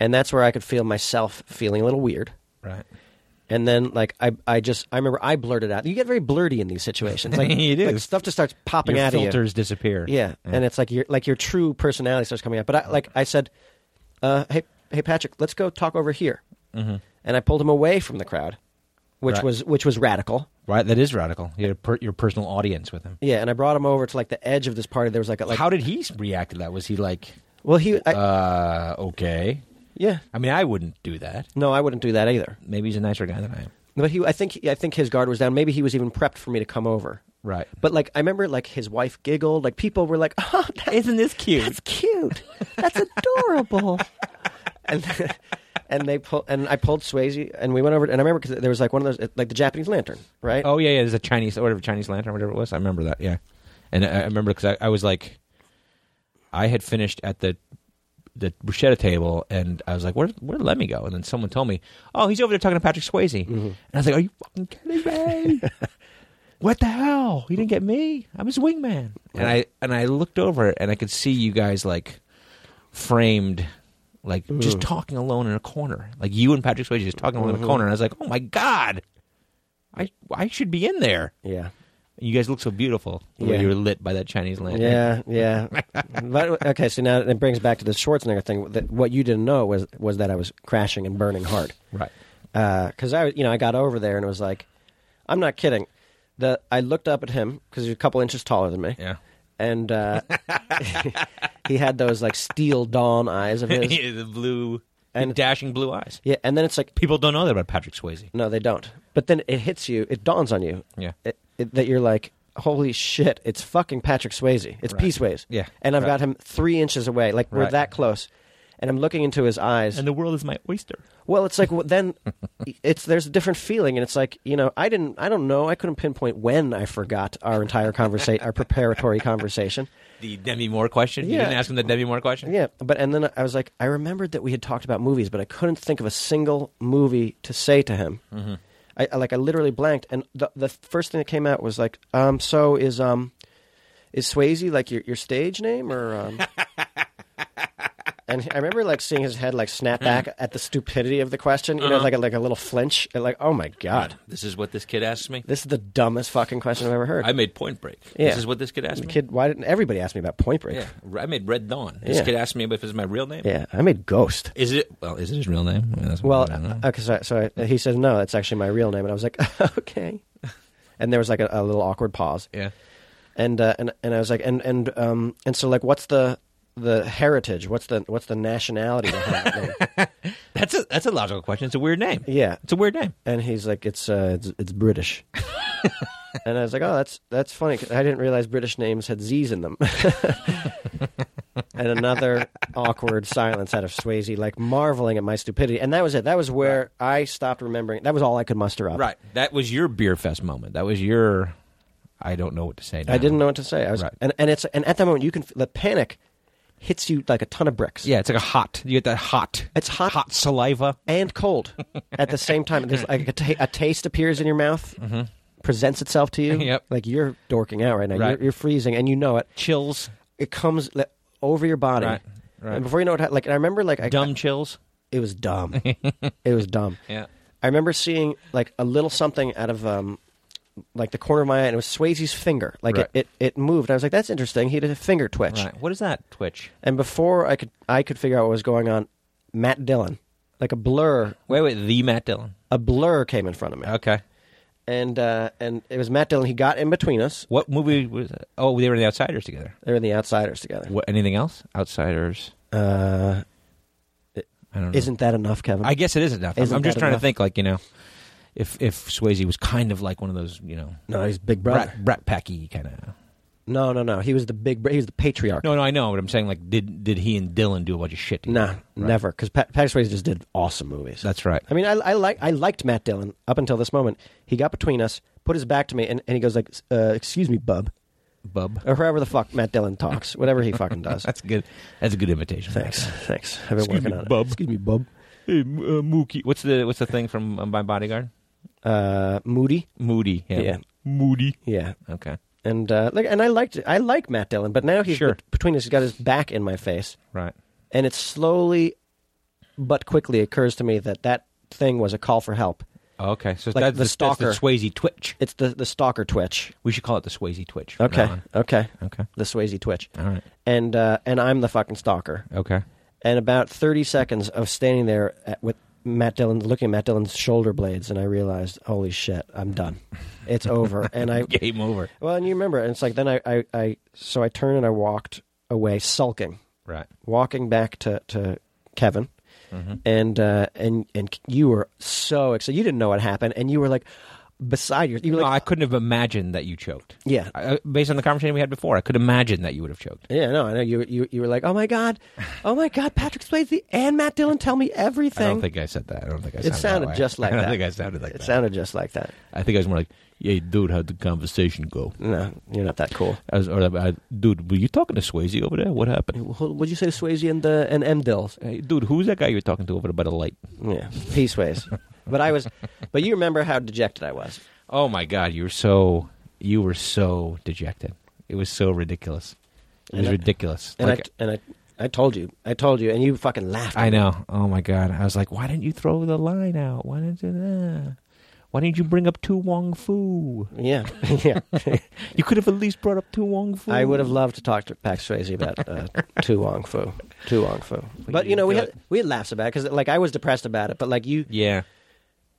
and that's where I could feel myself feeling a little weird. Right. And then, like, I, I just, I remember I blurted out. You get very blurty in these situations. (laughs) Like, You do. like, stuff just starts popping Your out filters disappear. of you. Yeah. And it's like your, like your true personality starts coming out. But I, like, I said, uh, hey, hey, Patrick, let's go talk over here. Mm-hmm. And I pulled him away from the crowd, which Right. was, which was radical. Right. That is radical. Your per- your personal audience with him. Yeah. And I brought him over to like the edge of this party. There was like, a, like, How did he s- react to that? Was he like, well, he, I, uh, okay? yeah. I mean, I wouldn't do that. No, I wouldn't do that either. Maybe he's a nicer guy than I am. But he, I think, I think his guard was down. Maybe he was even prepped for me to come over. Right. But like, I remember like his wife giggled. Like people were like, "Oh, (laughs) that, Isn't this cute? That's cute. That's (laughs) adorable." and (laughs) and they pull and I pulled Swayze and we went over and I remember because there was like one of those like the Japanese lantern, right? Oh yeah, yeah. There's a Chinese or whatever Chinese lantern, whatever it was. I remember that. Yeah, and I, I remember because I, I was like, I had finished at the the bruschetta table, and I was like, where where did Lemmy go? And then someone told me, oh, he's over there talking to Patrick Swayze, and I was like, are you fucking kidding me? what the hell? He didn't get me. I'm his wingman. And I and I looked over and I could see you guys like framed. Like just talking alone in a corner, like you and Patrick Swayze just talking alone in a corner, and I was like, "Oh my god, I I should be in there. Yeah, And you guys look so beautiful. the way Yeah. you were lit by that Chinese lantern. yeah, yeah. (laughs) but okay, so now it brings back to the Schwarzenegger thing. That what you didn't know was was that I was crashing and burning hard. Right. because I, you know, I got over there and it was like, I'm not kidding. The I looked up at him because he was a couple inches taller than me. Yeah. and (laughs) uh, (laughs) he had those like steel dawn eyes of his. (laughs) the blue And- and dashing blue eyes. yeah, and then it's like, People don't know that about Patrick Swayze. no, they don't. But then it hits you. It dawns on you. Yeah. it, it, that you're like, holy shit! It's fucking Patrick Swayze. It's P Swayze. Yeah, and I've right. got him three inches away. Like we're Right. that close. and I'm looking into his eyes. And the world is my oyster. Well, it's like well, (laughs) then it's there's a different feeling, and it's like you know I didn't I don't know I couldn't pinpoint when I forgot our entire conversation our preparatory conversation. The Demi Moore question. You Yeah. didn't ask him the Demi Moore question. Yeah, but and then I was like I remembered that we had talked about movies, but I couldn't think of a single movie to say to him. Mm-hmm. I, I like I literally blanked, and the the first thing that came out was like um so is um is Swayze like your your stage name or (laughs) um. And I remember like seeing his head like Hmm. snap back at the stupidity of the question, you Uh-huh. know, like a, like a little flinch, like oh my god, This is what this kid asked me. This is the dumbest fucking question I've ever heard. I made Point Break. Yeah. This is what this kid asked The me. kid, why didn't everybody ask me about Point Break? Yeah. I made Red Dawn. This Yeah. kid asked me if it's my real name. Yeah, I made Ghost. Is it? Well, is it his real name? I mean, that's Well, I don't know. okay, so, so I, he said no, that's actually my real name, and I was like, (laughs) okay. And there was like a, a little awkward pause, yeah. and uh, and and I was like, and and um and so like, what's the the heritage? What's the what's the nationality behind that name? (laughs) That's a that's a logical question. It's a weird name. Yeah. It's a weird name. And he's like, it's uh, it's, it's (laughs) British. and I was like, oh, that's that's funny. 'cause I didn't realize British names had Z's in them. (laughs) and another awkward silence out of Swayze, like marveling at my stupidity. And that was it. That was where I stopped remembering. That was all I could muster up. Right. That was your beer fest moment. That was your. I don't know what to say. Now. I didn't know what to say. I was, Right. and, and it's and at that moment you can f- the panic hits you like a ton of bricks. Yeah, it's like a hot. You get that hot. It's hot. Hot saliva. and (laughs) cold at the same time. There's like a, ta- a taste appears in your mouth, presents itself to you. Mm-hmm. (laughs) Yep. Like you're dorking out right now. Right. You're, you're freezing, and you know it. Chills. It comes like, over your body. Right, right. And before you know it, like and I remember, like I, Dumb chills. it (laughs) was dumb. it was dumb. Yeah. I remember seeing like a little something out of um, like the corner of my eye, and it was Swayze's finger. Like Right. it, it, it moved. I was like, "That's interesting." He did a finger twitch. Right. What is that twitch? And before I could, I could figure out what was going on. Matt Dillon, like a blur, Wait, wait. The Matt Dillon. a blur came in front of me. Okay. and uh, and it was Matt Dillon. He got in between us. What movie was? That? Oh, they were in the Outsiders together. They were the outsiders together. What? Anything else? Outsiders. Uh, I don't know. isn't that enough, Kevin? I guess it is enough. I'm- Isn't I'm just that trying enough? to think, like you know, if if Swayze was kind of like one of those, you know, no, he's Big Brother. rat, rat packy kind of. No, no, no. He was the big. br- He was the patriarch. No, no, I know, but I'm saying like, did did he and Dylan do a bunch of shit? nah, together? Right. never. Because Pat, Patrick Swayze just did awesome movies. That's right. I mean, I, I like I liked Matt Dillon up until this moment. He got between us, put his back to me, and, and he goes like, uh, "Excuse me, bub," Bub. (laughs) or however the fuck Matt Dillon talks, whatever he (laughs) fucking does. That's good. That's a good imitation. thanks, thanks. I've been Excuse working me, on it. bub. Excuse me, bub. Hey, M- uh, Mookie. What's the what's the thing from um, My Bodyguard? Uh, Moody. Moody. Yeah. Yeah. Moody. Yeah, Okay. and uh, like, and I liked it. I like Matt Dillon, but now he's Sure. bet- between us. He's got his back in my face, Right. and it slowly but quickly occurs to me that that thing was a call for help. Oh, okay. So Like that's the the, stalker. stalker. the Swayze twitch. It's the the stalker twitch. We should call it the Swayze twitch. from Okay, now on. okay, Okay. the Swayze twitch, All right. and uh, and I'm the fucking stalker. Okay. And about thirty seconds of standing there at, with Matt Dillon, looking at Matt Dillon's shoulder blades, and I realized, holy shit, I'm done. It's over. and (laughs) I Game over. well, and you remember, and it's like then I, I I so I turned and I walked away, sulking. Right. walking back to, to Kevin, Mm-hmm. and uh, and and you were so excited. You didn't know what happened, and you were like beside your. You were no, like, I couldn't have imagined that you choked. yeah, I, I- based on the conversation we had before, I could imagine that you would have choked. yeah. No, I know you. You you were like, oh my god, oh my god, Patrick Swayze and Matt Dillon tell me everything. I don't think I said that. I don't think I. it sounded that way. just (laughs) like I don't that. think I sounded like it that. sounded just like that. I think I was more like, "Hey, dude, how'd the conversation go?" No, you're not that cool. I was, or, I, dude, were you talking to Swayze over there? What happened? Wh- What'd you say, to Swayze and uh, and M Dills? Hey, dude, who's that guy you're talking to over there by the light? Yeah, peaceways. but I was, but you remember how dejected I was. Oh my God, you were so you were so dejected. It was so ridiculous. It And was I- ridiculous. And Like, I and I, I told you, I told you, and you fucking laughed. I know. Oh my God, I was like, why didn't you throw the line out? Why didn't you? Uh, why didn't you bring up Tu Wong Fu? Yeah, (laughs) yeah. You could have at least brought up Tu Wong Fu. I would have loved to talk to Pax Swayze about uh, (laughs) Tu Wong Fu, Tu Wong Fu. But you you know, we do had it. we had laughs about it because like I was depressed about it, but like you Yeah.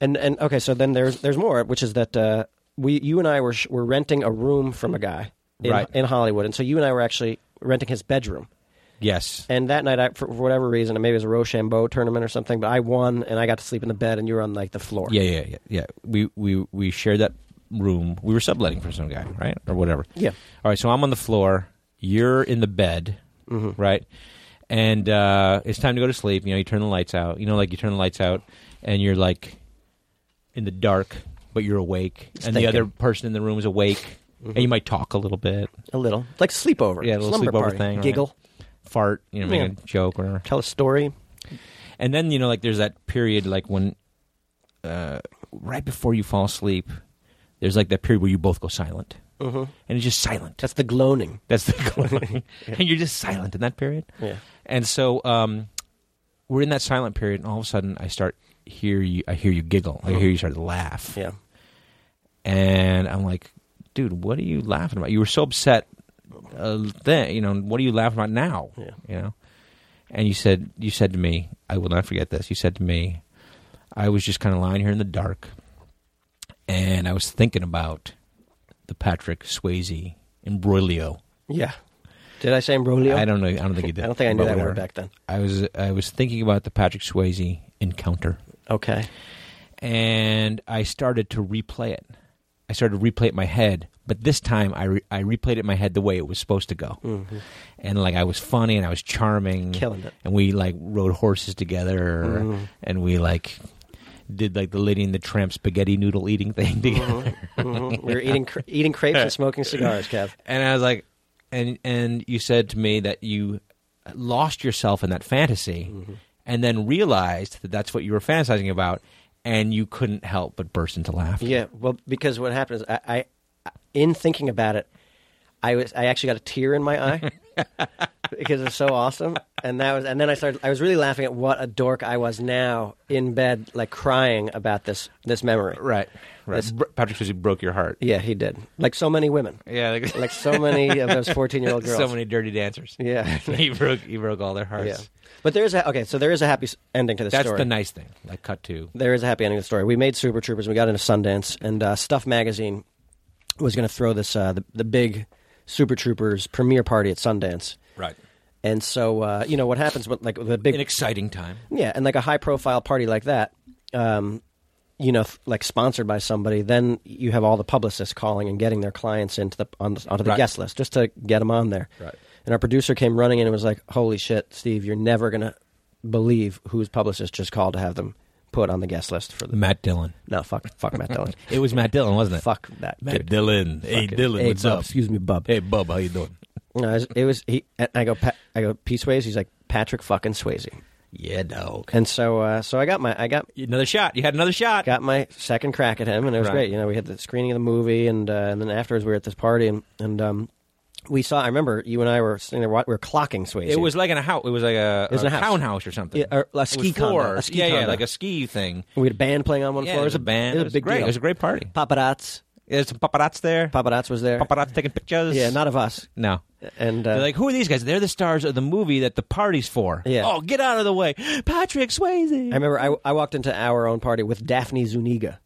and and okay, so then there's there's more, which is that uh, we you and I were sh- were renting a room from a guy in, Right. in Hollywood, and so you and I were actually renting his bedroom. Yes. And that night, I, for, for whatever reason, and maybe it was a Rochambeau tournament or something, but I won and I got to sleep in the bed, and you were on like the floor. Yeah, yeah, yeah, yeah. We we we shared that room. We were subletting from some guy, right, or whatever. Yeah. Mm-hmm. All right. So I'm on the floor. You're in the bed, right? and uh, it's time to go to sleep. You know, you turn the lights out. You know, like you turn the lights out, and you're like in the dark, but you're awake, and the thinking. Mm-hmm. other person in the room is awake, and you might talk a little bit, A little. Like sleepover. Yeah, a little slumber sleepover party. thing, right. Giggle. fart, you know, make Yeah. a joke or Tell a story. and then you know like there's that period like when uh, right before you fall asleep there's like that period where you both go silent Mm-hmm. and it's just silent That's the gloaning. that's the (laughs) (laughs) glory and you're just silent in that period Yeah. and so um, we're in that silent period and all of a sudden i start hear you i hear you giggle i hear you start to laugh Yeah. and i'm like dude what are you laughing about you were so upset uh, then you know what are you laughing about now Yeah. you know and you said you said to me i will not forget this you said to me i was just kind of lying here in the dark and i was thinking about the patrick swayze imbroglio Yeah. Did I say imbroglio? i don't know i don't think you did I don't think I knew but that whatever. word back then. i was i was thinking about the patrick swayze encounter Okay. and i started to replay it i started to replay it in my head but this time i, re- I replayed it in my head the way it was supposed to go and like i was funny and i was charming Killing it. and we like rode horses together and we like did like the lady in the tramp spaghetti noodle eating thing together Mhm. We were eating cr- eating crepes and smoking cigars, Kev. and i was like and and you said to me that you lost yourself in that fantasy and then realized that that's what you were fantasizing about and you couldn't help but burst into laughter Yeah, well, because what happened is I, I in thinking about it, I was I actually got a tear in my (laughs) eye because it was so awesome, and that was and then I started I was really laughing at what a dork I was now in bed like crying about this this memory. right right This- Br- patrick swayze broke your heart Yeah, he did. Like so many women, yeah like, (laughs) like so many of those fourteen year old girls. so many dirty dancers (laughs) Yeah, he broke he broke all their hearts yeah. But there is a okay. So there is a happy s- ending to this that's story. the nice thing like cut to there is a happy ending to the story. We made Super Troopers. We got into Sundance, and uh, Stuff Magazine was going to throw this uh, the, the big Super Troopers premiere party at Sundance. right And so, uh, you know what happens with like the big an exciting time yeah, and like a high profile party like that, um, you know, f- like sponsored by somebody, then you have all the publicists calling and getting their clients into the on the, onto the Right. guest list just to get them on there. Right. And our producer came running in and was like, "Holy shit, Steve, you're never gonna believe whose publicist just called to have them put on the guest list for the matt dillon no, fuck, fuck (laughs) Matt Dillon. it was Mm. matt dillon wasn't it fuck that. matt dude. dillon hey Fucking- dillon hey, what's bub, up Excuse me, bub. hey bub how you doing No, it was, it was he. And I go, pa- I go, P. Swayze. He's like Patrick fucking Swayze. yeah dog And so, uh, so I got my, I got another shot you had another shot got my second crack at him, and it was Right. great. You know, we had the screening of the movie, and uh, and then afterwards we were at this party, and and um, we saw. I remember you and I were sitting there, wa- we were clocking Swayze. It was like in a house. It was like a, It was a in a house. townhouse or something. Yeah, or a It was ski condo, floors. a ski yeah, yeah, condo. like a ski thing. we had a band playing on one Yeah, floor. it was a band. It It was a big great. deal. It was a great party. Paparazzi. There's some paparazzi there. Paparazzi was there. paparazzi taking pictures. Yeah, not of us. no. And uh, They're like, who are these guys? They're the stars of the movie that the party's for. Yeah. Oh, get out of the way, Patrick Swayze. I remember I, I walked into our own party with (laughs) Daphne Zuniga,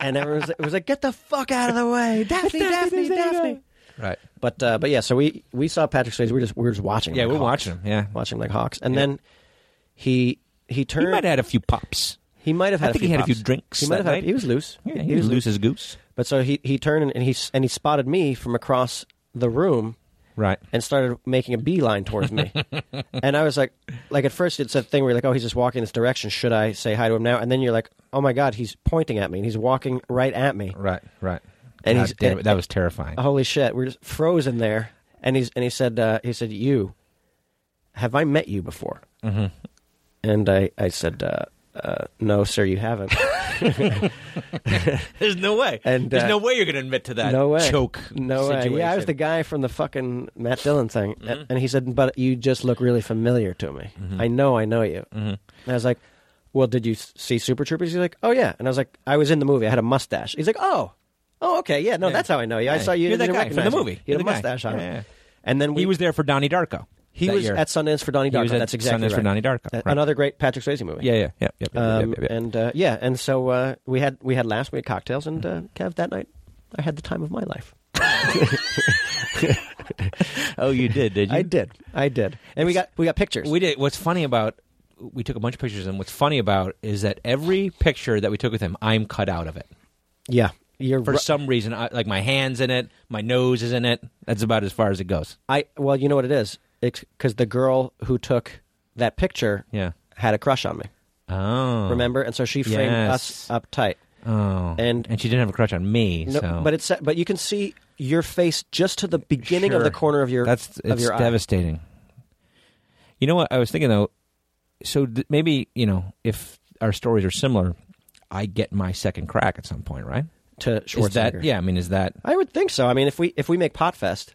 and everyone was, it was like, "Get the fuck out of the way, Daphne, Daphne, Daphne." right. But uh, but yeah, so we we saw Patrick Swayze. We We're just we we're just watching. Yeah, like we're hawks. watching him. Yeah. watching like hawks. And then he he He turned. might have had a few pops. he might have had I think a few he had a pops. few drinks He might that have had. night. He was loose. Yeah, he, was loose as a goose. But so he he turned and he s- and he spotted me from across the room Right. and started making a beeline towards (laughs) me. and I was like, like at first it's a thing where you're like, oh, he's just walking this direction. Should I say hi to him now? And then you're like, oh my god, he's pointing at me and he's walking right at me. Right. Right. And God he's- Oh. damn and- it, that was terrifying. Holy shit, we're just frozen there. And he's and he said uh, he said you have I met you before? Mm-hmm. And I I said uh, uh, no, sir, you haven't. There's no way. And, There's uh, no way you're going to admit to (laughs) that. no way, Choke. No situation. Mm-hmm. way. Yeah, I was the guy from the fucking Matt Dillon thing, A- and he said, "But you just look really familiar to me. I know, I know you." Mm-hmm. And I was like, "Well, did you s- see Super Troopers?" He's like, "Oh yeah," and I was like, "I was in the movie. I had a mustache." He's like, "Oh, oh, okay, yeah, no, that's how I know you. I Yeah. saw you. You're that didn't guy from the recognize you. movie. You You're had a the guy. mustache on." Yeah, yeah. And then we, He was there for Donnie Darko. He that was year. at Sundance for Donnie He Darko. was at That's exactly Sundance right. for Donnie Darko, A- right. Another great Patrick Swayze movie. Yeah, yeah, yeah, yep, yep, Um, yep, yep, yep. And (laughs) uh, yeah, and so uh, we had we had last we had cocktails and uh, Kev that night. I had the time of my life. oh, you did, did you? I did, I did, and we got we got pictures. We did. What's funny about we took a bunch of pictures, and what's funny about is that every picture that we took with him, I'm cut out of it yeah, you're for ri- some reason. I, like my hands in it, my nose is in it. That's about as far as it goes. I well, you know what it is. because the girl who took that picture Yeah. had a crush on me. Oh. Remember, and so she framed us Yes. up tight. Oh. And- and she didn't have a crutch on me. No, so. but it's but you can see your face just to the beginning of Sure. the corner of your That's of it's your eye. devastating. You know what I was thinking though. So th- maybe you know if our stories are similar, I get my second crack at some point, right? to Schwarzenegger. Is that yeah? I mean, is that I would think so. I mean, if we if we make Potfest,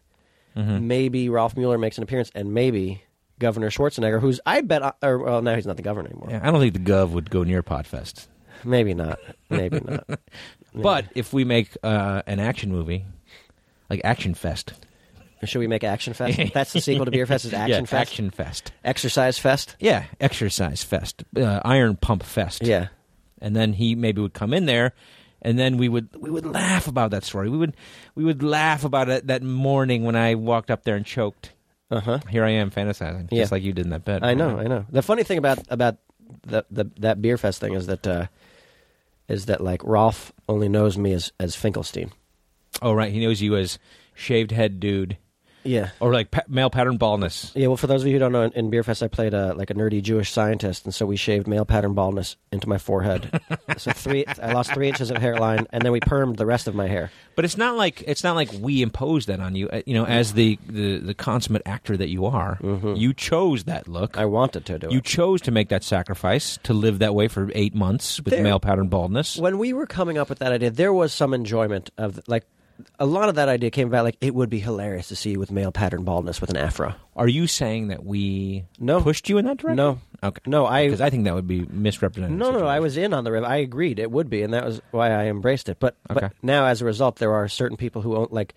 Mm-hmm. maybe Ralph Mueller makes an appearance, and maybe Governor Schwarzenegger, who's I bet, uh, or well, now he's not the governor anymore. yeah, I don't think the Gov would go near Podfest. Maybe not. Maybe (laughs) not. But if we make uh, an action movie, like Action Fest, Or should we make Action Fest? (laughs) That's the sequel to Beer Fest. Is Action yeah, Fest? Action Fest, Exercise Fest? yeah, Exercise Fest, uh, Iron Pump Fest, Yeah. and then he maybe would come in there and then we would we would laugh about that story we would we would laugh about it that morning when i walked up there and choked Uh huh. here i am fantasizing Yeah. just like you did in that bed I know. I know. The funny thing about about the, the that Beer Fest thing is that uh, is that like Rolf only knows me as as Finkelstein. oh right he knows you as shaved head dude Yeah. or like pa- male pattern baldness Yeah, well, for those of you who don't know, in- in Beer Fest, I played a, like a nerdy Jewish scientist, and so we shaved male pattern baldness into my forehead. so three, I lost three inches of hairline, and then we permed the rest of my hair. but it's not like it's not like we impose that on you uh, you know as the the, the consummate actor that you are you chose that look Mm-hmm. I wanted to do you it. chose to make that sacrifice to live that way for eight months with There- male pattern baldness When we were coming up with that idea, there was some enjoyment of like a lot of that idea came about. Like it would be hilarious to see you with male pattern baldness with an afro. Are you saying that we No. pushed you in that direction? No. Okay. No, I Because I think that would be misrepresented. No, no, no. I was in on the river. I agreed it would be, and that was why I embraced it. But, but Okay. now, as a result, there are certain people who own, like,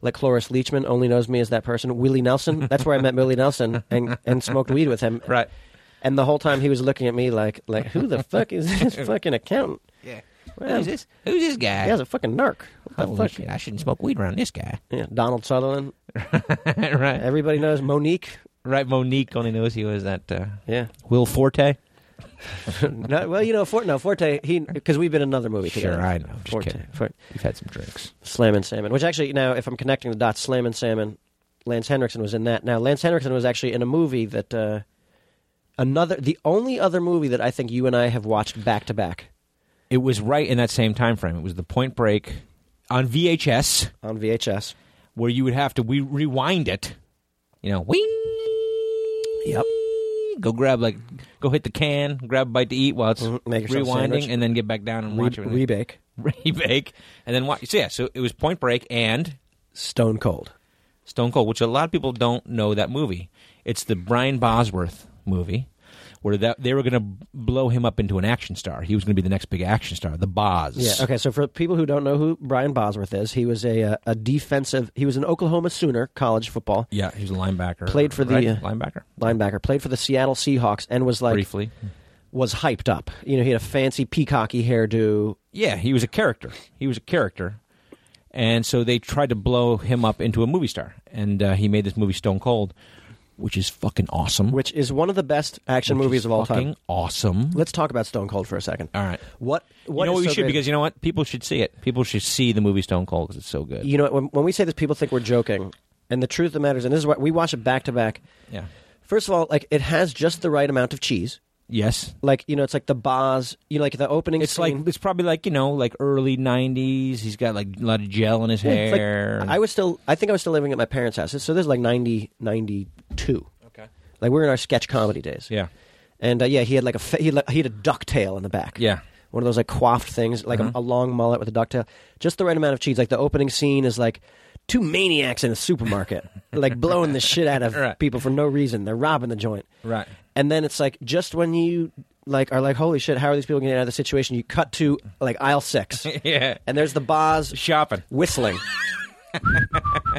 like Cloris Leachman only knows me as that person. Willie Nelson. That's where I met (laughs) Willie Nelson and and smoked weed with him. Right. And the whole time he was looking at me like like who the fuck is (laughs) this fucking accountant? Yeah. Well, Who's this? Who's this guy? He has a fucking narc. What the Holy fuck? shit, I shouldn't smoke weed around this guy. (laughs) Yeah, Donald Sutherland. right. Everybody knows Monique. Right. Monique only knows he was that uh, Yeah. (laughs) Will Forte. No, well, you know, Fort, no Forte. He because we've been in another movie Sure, together. I know. I'm just Forte. kidding. Forte. You've had some drinks. Slam and Salmon, which actually now, if I'm connecting the dots, Slam and Salmon, Lance Henriksen was in that. Now, Lance Henriksen was actually in a movie that uh, another, the only other movie that I think you and I have watched back to back It was right in that same time frame. It was the Point Break on VHS, on VHS. where you would have to we rewind it. You know, wing. Yep. Go grab like, go hit the can, grab a bite to eat while it's Mhm, make yourself a sandwich. rewinding, and then get back down and Re- watch it. when it- rebake (laughs) remake, and then watch. So yeah, so it was Point Break and Stone Cold. Stone Cold, which a lot of people don't know that movie. It's the Brian Bosworth movie where that they were going to blow him up into an action star. He was going to be the next big action star, the Boz. Yeah. Okay. So for people who don't know who Brian Bosworth is, he was a uh, a defensive. He was an Oklahoma Sooner college football yeah, he was a linebacker. Played for the, right? uh, linebacker linebacker. Played for the Seattle Seahawks and was like briefly. was hyped up. You know, he had a fancy peacocky hairdo. Yeah, he was a character. He was a character. And so they tried to blow him up into a movie star, and uh, he made this movie Stone Cold, which is fucking awesome. which is one of the best action Hmm. Which movies is of all fucking time. Awesome. Let's talk about Stone Cold for a second. All right. What? What you know is what we so should great- because you know what people should see it. People should see the movie Stone Cold because it's so good. you know when, when we say this, people think we're joking, and the truth of the matter is, and this is why we watch it back to back. Yeah. First of all, like it has just the right amount of cheese. Yes. Like you know, it's like the Boz. You know, like the opening. It's like scene- it's probably like you know like early '90s. He's got like a lot of gel in his Yeah, it's like- hair. I was still. I think I was still living at my parents' house. So this is like 90, 92. okay. Like we we're in our sketch comedy days. Yeah. And uh, yeah, he had like a fa- he had, like, he had a ducktail in the back. Yeah. Uh-huh. one of those like coiffed things, like a, a long mullet with a ducktail, just the right amount of cheese. Like the opening scene is like two maniacs in (laughs) a supermarket, like blowing the shit out of Right. people for no reason. They're robbing the joint, Right. And then it's like just when you like are like, holy shit, how are these people getting out of the situation? You cut to like (laughs) aisle six, (laughs) Yeah. and there's the Boz Shopping. whistling.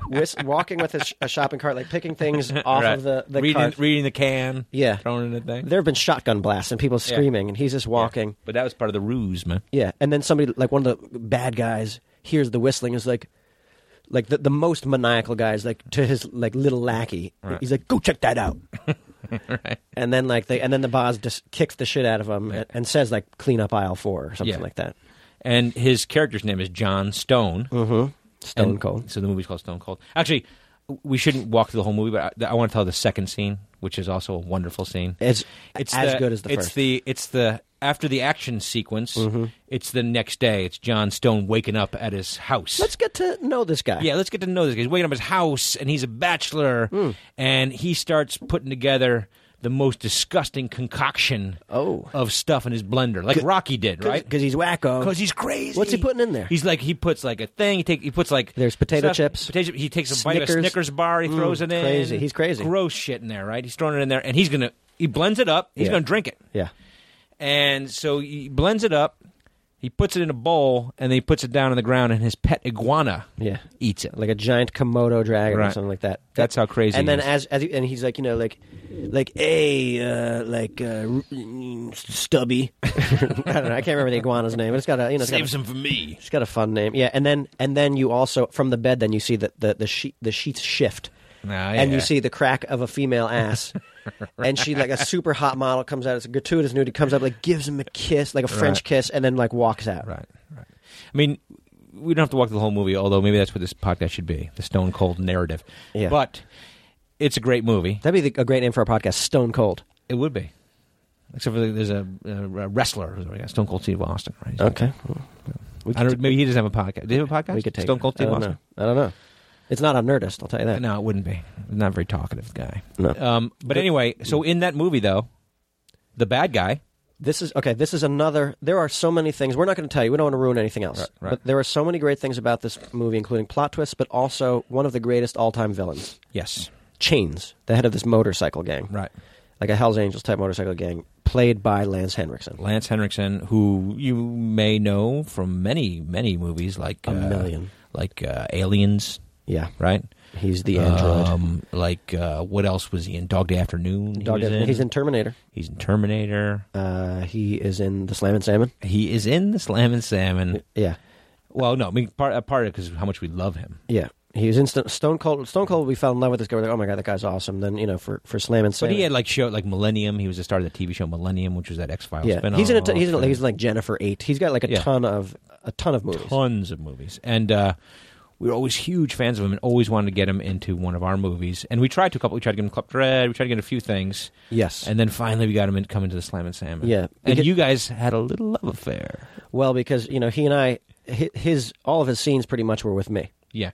Whis- walking with a, sh- a shopping cart, like (laughs) picking things (laughs) off Right. of the, the reading cart. reading the can. Yeah. Throwing in the thing. there have been shotgun blasts and people screaming, and he's just walking. But that was part of the ruse, man. Yeah, and then somebody like one of the bad guys hears the whistling is like, like the, the most maniacal guy is like to his like little lackey. He's like, "Go check (laughs) that out." And then like they and then the boss just kicks the shit out of him and, and says like, "Clean up aisle four or something Yeah. like that. And his character's name is John Stone. Mm-hmm. Stone And- Cold. So the movie's called Stone Cold. Actually, we shouldn't walk through the whole movie, but I, I want to tell the second scene, which is also a wonderful scene. It's, as good as the it's first. Mm-hmm. the it's the after the action sequence. It's the next day. It's John Stone waking up at his house. Let's get to know this guy. yeah, let's get to know this guy. He's waking up at his house, and he's a bachelor, Hmm. and he starts putting together the most disgusting concoction Oh. of stuff in his blender, like Rocky did, right? Because he's wacko. Because he's crazy. What's he putting in there? He's like he puts like a thing. He take he puts like There's potato chips. Potato. He takes a bite of a Snickers. Hmm, Snickers bar. He throws it in. crazy. He's crazy. Gross shit in there, right? He's throwing it in there, and he's gonna he blends it up. He's Yeah. gonna drink it, yeah. and so he blends it up. He puts it in a bowl, and then he puts it down on the ground, and his pet iguana Yeah. eats it. Like Like a giant Komodo dragon or Right. something like that. That's how crazy And he then is. as, as he, and he's like, you know, like, like a uh, like uh, r- mm, stubby. (laughs) I don't know. I can't remember the iguana's name, but it's got a you know, it's got a- saves him for me. She's got a fun name, yeah. And then and then you also from the bed, then you see the the the, she, the sheets shift, Ah, and yeah. you see the crack of a (laughs) female ass, and she like a super hot model comes out. It's a gratuitous nudie comes up, like gives him a kiss, like a French Right. kiss, and then like walks out. Right, right. I mean, we don't have to walk through the whole movie, although maybe that's what this podcast should be the Stone Cold narrative. Yeah. But it's a great movie. That'd be the, a great name for our podcast, Stone Cold. It would be. Except for the, there's a, a wrestler, who's already got Stone Cold Steve Austin, right? He's- we I could, don't, maybe he doesn't have a podcast. Do you have a podcast? Oh. we could take Stone Cold it. I Steve don't Austin. know. I don't know. It's not on Nerdist. I'll tell you that. No, it wouldn't be. Not a very talkative guy. No. Um, but anyway, so in that movie though, the bad guy, This is okay. This is another. There are so many things. We're not going to tell you. We don't want to ruin anything else. Right, right. But there are so many great things about this movie, including plot twists, but also one of the greatest all-time villains, yes, Chains, the head of this motorcycle gang, right, like a Hell's Angels type motorcycle gang, played by Lance Henriksen. Lance Henriksen, who you may know from many many movies like uh, A million. like uh, Aliens, Yeah, right? he's the android. Um, like uh, what else was he in? Dog Day Afternoon. he Dog was Day- He's in Terminator. He's in Terminator. Uh, he is in the Slam and Salmon. He is in the Slam and Salmon. Yeah, Well, no, I mean part, uh, part of it because how much we love him. yeah. He was in Sto- Stone Cold. Stone Cold. We fell in love with this guy. We're like, oh my god, that guy's awesome. Then you know, for for Slam and But Salmon. he had like show like Millennium. He was the star of the TV show Millennium, which was that X Files. yeah, spinoff. he's in a ton, he's in a, he's in like Jennifer Eight. He's got like a Yeah. ton of a ton of movies. tons of movies, and uh, we were always huge fans of him, and always wanted to get him into one of our movies. And we tried to a couple. We tried to get him Club Dread. We tried to get him a few things, Yes. and then finally we got him in, come into the Slam and Salmon. Yeah. and Because- you guys had a little love affair. well, because you know he and I, hi- his all of his scenes pretty much were with me, Yeah,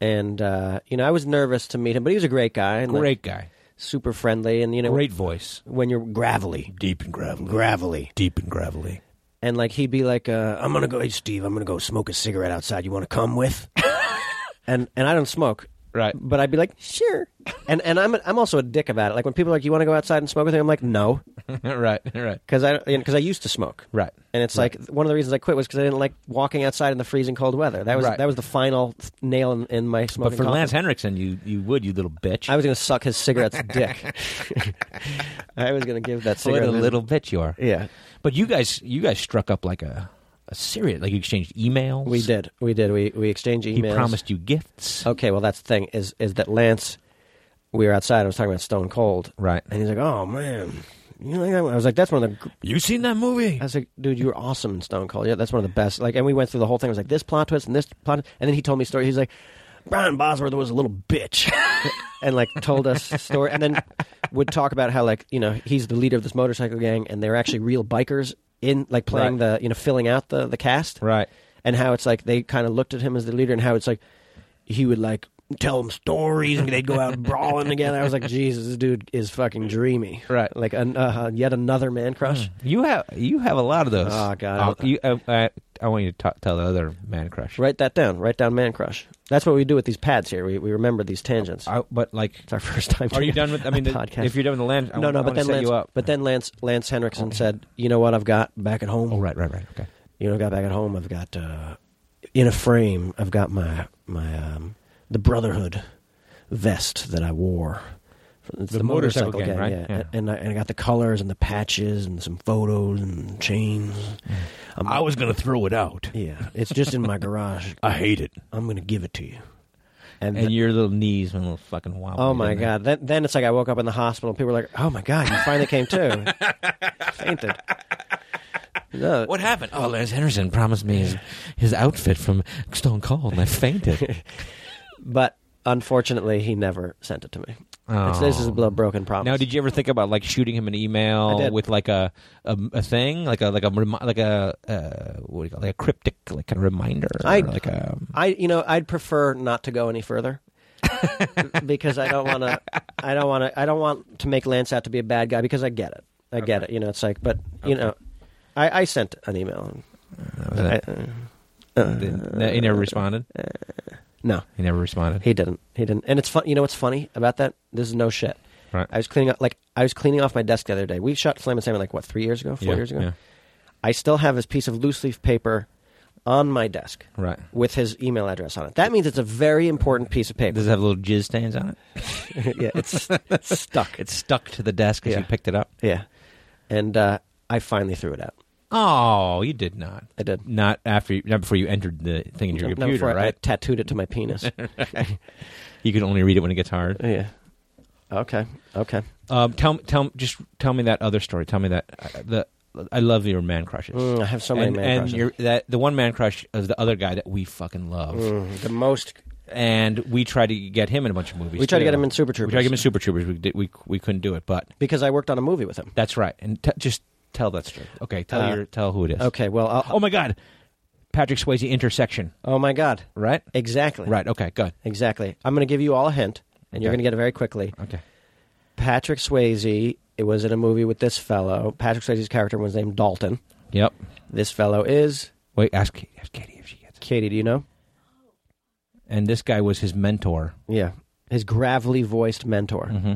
and uh, you know I was nervous to meet him, but he was a great guy, and like, great guy, super friendly, and you know great voice, when you're gravelly, deep and gravelly, gravelly, deep and gravelly. and like he'd be like, uh, "I'm gonna go, hey Steve, I'm gonna go smoke a cigarette outside. You want to (laughs) come with?" and and I don't smoke. Right. (laughs) But I'd be like, sure, and and I'm I'm also a dick about it. Like when people are like, you want to go outside and smoke with me, I'm like, no, right, right, because I because I used to smoke, right. And it's like one of the reasons I quit was because I didn't like walking outside in the freezing cold weather. That was Right. that was the final th- nail in, in my smoking. But for coffin. Lance Henriksen, you you would you little bitch. I was going to suck his (laughs) cigarette's dick. (laughs) I was going to give that what cigarette a little bitch you are. Yeah, But you guys, you guys struck up like a a serious like you exchanged emails. we did, we did, we we exchanged He emails. promised you gifts. Okay, well that's the thing is is that Lance, we were outside. I was talking about Stone Cold, Right. And he's like, "Oh man, you like that?" One? I was like, "That's one of the." gr- You seen that movie? I was like, "Dude, you were awesome in Stone Cold. Yeah, that's one of the best." Like, and we went through the whole thing. I was like, "This plot twist and this plot," twist. and then he told me a story. He's like, "Brian Bosworth was a little bitch," (laughs) and like told us a story, and then would talk about how like you know he's the leader of this motorcycle gang, and they're actually real bikers in like playing Right. the you know filling out the the cast, Right. and how it's like they kind of looked at him as the leader, and how it's like he would like tell them stories, and they'd go out brawling together. I was like, Jesus, this dude is fucking dreamy, Right. Like an, uh, yet another man crush. Mm. You have you have a lot of those. Oh, God. Oh, you- uh, I, I want you to ta tell the other man crush. Write that down. Write down man crush. That's what we do with these pads here. We, we remember these tangents. I, but like, it's our first time. (laughs) are you doing done with? I a mean, the- podcast. if you're done with the land, I no, wanna- no, I but wanna then set Lance, you up. but then Lance, Lance Henriksen said, "You know what? I've got back at home. oh, right, right, right. Okay. You know, I got back at home. I've got uh, in a frame. I've got my my um, the Brotherhood vest that I wore. It's The motorcycle gang, right? yeah. Yeah. And, I, and I got the colors and the patches and some photos and chains. I'm- Mm. was gonna throw it out. (laughs) yeah, it's just in my garage. I hate it. I'm gonna give it to you. And, And your little knees went a little fucking wild. Oh my god! Then, then it's like I woke up in the hospital. and People were like, "Oh my god, you finally came (laughs) to." Fainted. No, What happened? Oh, Lance Henderson promised me his, his outfit from Stone Cold, and I fainted. but Unfortunately, he never sent it to me. It's, (laughs) this Oh. is a blo- broken promise. Now, did you ever think about like shooting him an I email did. with like a, a a thing, like a like a remi- like a uh, what do you call it? like a cryptic like kind of reminder? I- or like a, I you know I'd prefer not to go any (laughs) further because I don't want to I don't want to I don't want to make Lance out to be a bad guy because I get it I get it you know it's like but you know I, I sent an email was I, it. uh, Didn't- he never responded. no He never responded. he didn't he didn't and it's fun you know what's funny about that this is no shit right. I was cleaning up like I was cleaning off my desk the other day we shot Flame and Salmon like what three years ago four Yeah, years ago yeah. I still have his piece of loose leaf paper on my desk Right. with his email address on it that means it's a very important piece of paper (laughs) Does it have little jizz stains on it? yeah, it's stuck. It's stuck to the desk as Yeah. you picked it up. (laughs) Yeah, and uh, I finally threw it out. Oh, you did not. I did. Not after, you, not before you entered the thing into your No, computer, before I- I, right? tattooed it to (laughs) my penis. You can only read it when it gets (laughs) hard. yeah. Okay. Okay. Um, tell, tell, just tell me that other story. Tell me that uh, the. I love your man crushes. Mm, I have so many and, man and crushes. Your, that the one man crush is the other guy that we fucking love, Mm, the most. and we tried to get him in a bunch of movies. We tried to too. get him in Super We tried to get him in Troopers. Super Troopers. We did, we we couldn't do it, but because I worked on a movie with him. that's right. And t- just tell that story. Okay, tell Uh, your tell who it is. Okay. Well. I'll, Oh my God, Patrick Swayze intersection. oh my God. Right. Exactly. Right. Okay. Good. Exactly. I'm going to give you all a hint, and you're Okay. going to get it very quickly. Okay. Patrick Swayze. It was in a movie with this fellow. Patrick Swayze's character was named Dalton. Yep. This fellow is Wait. Ask, ask Katie if she gets. It. Katie. Do you know? And this guy was his mentor. Yeah. His gravelly voiced mentor. Mm-hmm.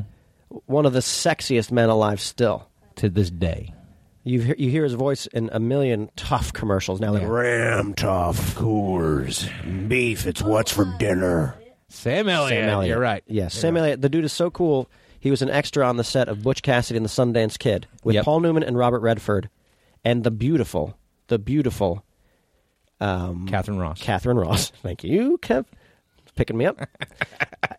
one of the sexiest men alive still. To this day. You hear, you hear his voice in a million tough commercials now, like Yeah. Ram tough Coors. Beef, it's what's for dinner. Sam Elliott. Sam Elliott. You're right. Yes, Sam Elliott. The dude is so cool. He was an extra on the set of Butch Cassidy and the Sundance Kid with Yep. Paul Newman and Robert Redford, and the beautiful, the beautiful um, Catherine Ross. Catherine Ross. (laughs) Thank you, Kev, picking (laughs) me up.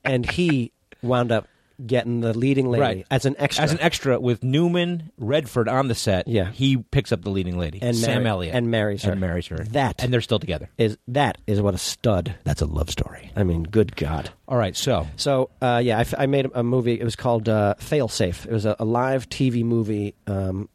and he wound up getting the leading lady Right. as an extra. As an extra with Newman Redford on the set, Yeah. he picks up the leading lady, And Sam marri- Elliott, and marries her. and marries her. That- and they're still together. is that is what a stud. That's a love story. I mean, good God. All right, so So uh, yeah, I, f- I made a movie. It was called uh, Fail Safe. It was a, a live TV movie, um,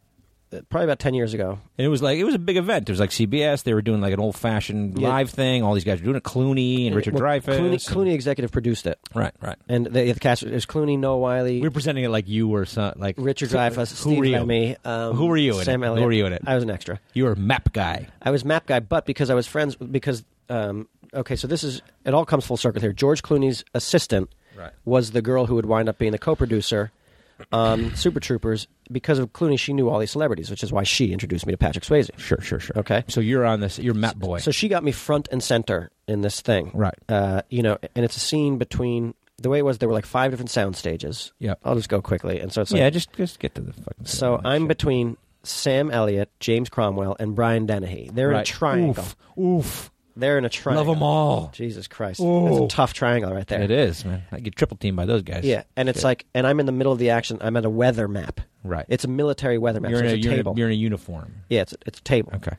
uh, probably about ten years ago. and it was like it was a big event. It was like CBS. They were doing like an old fashioned Yeah. live thing. All these guys were doing it. Clooney and Richard Well, Dreyfuss. Clooney, and- Clooney executive produced it, Right, right. and the, the cast was Clooney, Noah Wiley, We were presenting it like you were some, like Richard Dreyfuss, Who Steve were you? Buscemi, um, Who were you in Sam it? Who Elliott. were you in it? I was an extra. You were a map guy. I was map guy, but because I was friends because um, okay, so this is it all comes full circle here. George Clooney's assistant Right. was the girl who would wind up being the co-producer (clears throat) on Super Troopers. Because of Clooney, she knew all these celebrities, which is why she introduced me to Patrick Swayze. Sure, sure, sure. Okay. So you're on this. You're map boy. So she got me front and center in this thing. Right. Uh, you know, and it's a scene between the way it was there were like five different sound stages. Yep. I'll just go quickly. And so it's like yeah, just just get to the fucking. so I'm between Sam Elliott, James Cromwell, and Brian Dennehy. They're in a Right. triangle. Oof, oof. They're in a love triangle. them all. Jesus Christ. Oh. That's a tough triangle right there. It is, man. I get triple teamed by those guys. Yeah. And it's like, and I'm in the middle of the action. I'm at a weather map. Right. It's a military weather map. you're, so in a, it's a you're, in table. a, you're in a uniform. yeah, it's, it's a table. Okay.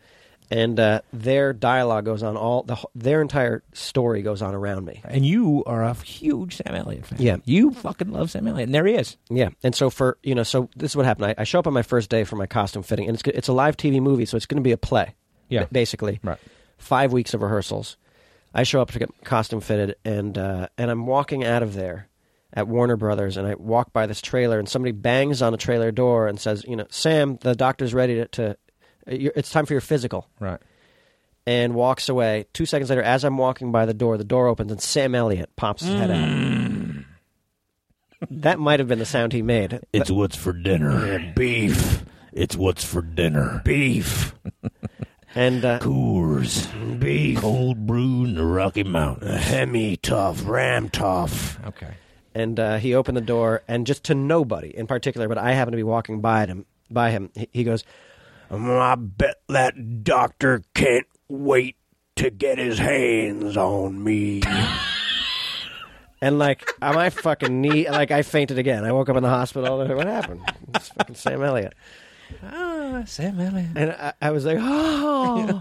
And uh, their dialogue goes on all, the, wh- their entire story goes on around me. And you are a huge Sam Elliott fan. Yeah. You fucking love Sam Elliott. And there he is. Yeah, and so for you know, so this is what happened. I, I show up on my first day for my costume fitting, and it's it's a live TV movie, so it's going to be a play. Yeah. ba- basically, Right. Five weeks of rehearsals. I show up to get costume fitted, and uh, and I'm walking out of there at Warner Brothers, and I walk by this trailer, and somebody bangs on a trailer door and says, you know, Sam, the doctor's ready to, to you it's time for your physical, Right. and walks away. Two seconds later, as I'm walking by the door, the door opens, and Sam Elliott pops his head out. That might have been the sound he made. It's what's for dinner. beef, it's what's for dinner. Beef, And uh, Coors. Beef, cold brew in the Rocky Mountains. Hemi tough, ram tough. Okay. and uh, he opened the door, and just to nobody in particular, but I happened to be walking by him. By him, he, he goes, Um, I bet that doctor can't wait to get his hands on me. and like uh, my fucking knee, like I fainted again. I woke up in the hospital. and What happened? It's fucking Sam Elliott. Ah, Sam Elliott. And I, I was like, (laughs) oh,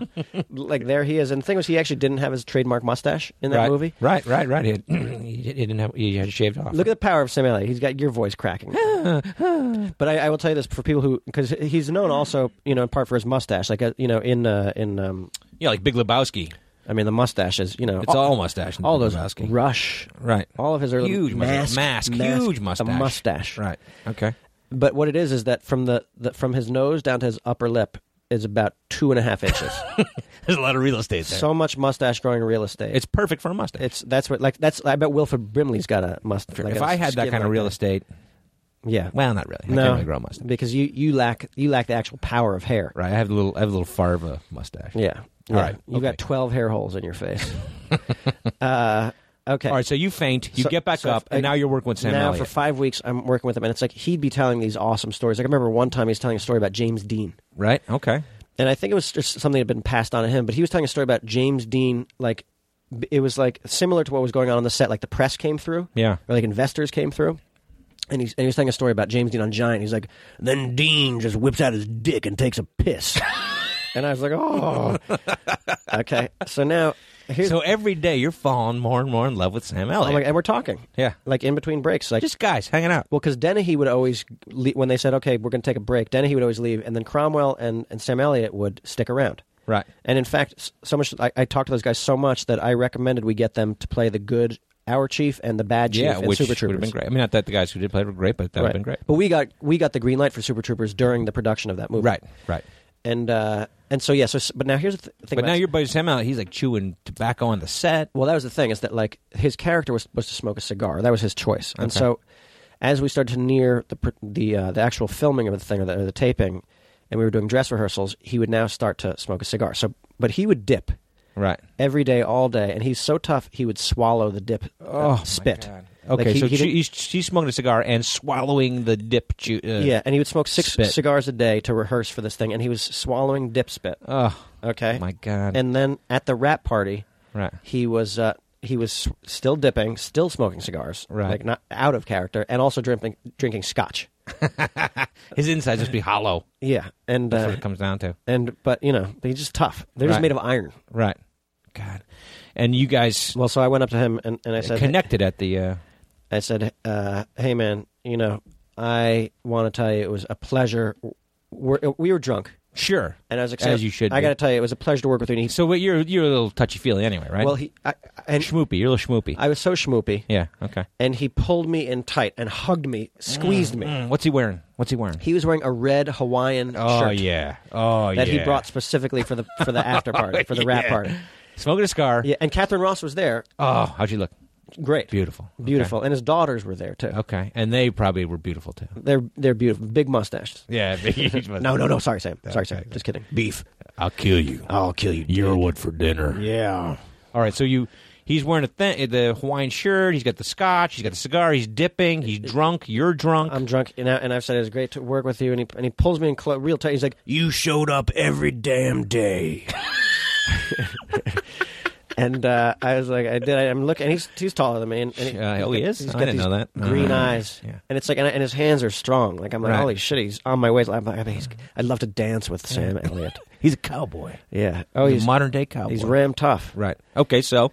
like there he is. And the thing was, he actually didn't have his trademark mustache in that right, movie. Right, right, right. He, had, (clears throat) he didn't have. He had shaved off. Look at the power of Sam Elliott. He's got your voice (laughs) cracking. but I, I will tell you this for people who, because he's known also, you know, in part for his mustache. Like, uh, you know, in uh, in, um, yeah, like Big Lebowski. I mean, the mustache is, you know, It's all mustache. in all Big those Lebowski. Rush, Right. All of his early huge mask, mask, mask, huge a mustache, mustache. Right. (laughs) Okay. But what it is is that from the, the from his nose down to his upper lip is about two and a (laughs) half inches. There's a lot of real estate there. so much mustache growing real estate. it's perfect for a mustache. It's that's what like that's I bet Wilfred Brimley's got a mustache. if I had that kind of real estate, yeah, well, not really. I no, can't really grow a mustache. because you you lack you lack the actual power of hair. Right. I have a little. I have a little Farva mustache. Yeah, All Yeah. right. You've Okay. got twelve hair holes in (laughs) your face. uh, okay. All right. So you faint. You So- get back so up, I- and now you're working with Sam now Elliott. for five weeks, I'm working with him, and it's like he'd be telling these awesome stories. Like I remember one time he was telling a story about James Dean. right. Okay. and I think it was just something that had been passed on to him. But he was telling a story about James Dean. Like b- it was like similar to what was going on on the set. Like the press came through, Yeah. or like investors came through. And, he's, and he was telling a story about James Dean on Giant. He's like, Then Dean just whips out his dick and takes a (laughs) piss. and I was like, oh, okay. So now here's So every day you're falling more and more in love with Sam I'm Elliott. like, and we're talking, yeah. like in between breaks, like Just guys hanging out. Well, because Dennehy would always leave, when they said, "Okay, we're going to take a break." Dennehy would always leave, and then Cromwell and, and Sam Elliott would stick around. Right. And in fact, s- so much I, I talked to those guys so much that I recommended we get them to play the good our chief and the bad chief Yeah, in which Super would have Troopers. been great. I mean, not that the guys who did play were great, but that would Right. have been great. But we got we got the green light for Super Troopers during the production of that movie. Right, right. And uh, and so yeah. So s- but now here's the th- thing. But about now your buddy Sam Elliott, he's like chewing tobacco on the set. Well, that was the thing is that like his character was supposed to smoke a cigar. That was his choice, and so as we started to near the pr- the uh, the actual filming of the thing or the, or the taping, and we were doing dress rehearsals, he would now start to smoke a cigar. So, but he would dip Right. every day, all day, and he's so tough he would swallow the dip uh, Oh, my spit. God. Like, Okay, he- so he she, didn't- he's, she's smoking a cigar and swallowing the dip. Chew, uh, yeah, and he would smoke six Spit. cigars a day to rehearse for this thing, and he was swallowing dip spit. Oh Okay, my god. and then at the rap party, right. he was uh, he was s- still dipping, still smoking cigars, Right. Like not out of character, and also drinking drinking scotch. His insides just be hollow. Yeah, and That's uh, what it comes down to. and but you know he's just tough. They're Right. just made of iron. Right. God. And you guys Well, so I went up to him and, and I said, connected at the. Uh, I said, uh, hey man, you know, I want to tell you it was a pleasure. We're, we were drunk, sure. and I was like, As "Sam, you should I be." got to tell you, it was a pleasure to work with you. And he, So what, you're you're a little touchy feely anyway, right? well, he I, and schmoopy. You're a little schmoopy. I was so schmoopy, yeah. Okay. and he pulled me in tight and hugged me, squeezed me. Mm, what's he wearing? What's he wearing? He was wearing a red Hawaiian oh shirt. yeah. Oh that yeah. he brought specifically for the for the (laughs) after party for the rap Yeah. party. Smoking a cigar. Yeah, and Catherine Ross was there. Oh, how'd you look? Great, Beautiful. Okay. beautiful, and his daughters were there too. Okay. And they probably were beautiful too. They're they're beautiful, big mustaches. Yeah. (laughs) No, no, no. Sorry, Sam. Sorry, Sam. Just kidding. Beef. I'll kill you. I'll kill you. You're what for dinner? Yeah. All right, so you he's wearing a th- the Hawaiian shirt, he's got the scotch, he's got the cigar, he's dipping, he's drunk, you're drunk. I'm drunk, and, I, and I've said it was great to work with you. And he and he pulls me in clo- real tight. He's like, You showed up every damn day. and uh, I was like, I did. I, I'm looking, and he's he's taller than me. And, and Uh, oh, he is? he's I got didn't these know that. Green Uh, eyes, yeah. and it's like, and, and his hands are strong. Like I'm like, Right. holy shit, he's on my waist. I'm like, I mean, he's, I'd love to dance with Sam Elliott. (laughs) he's a cowboy. Yeah. Oh, He's he's a modern day cowboy. he's ram tough. Right. Okay, so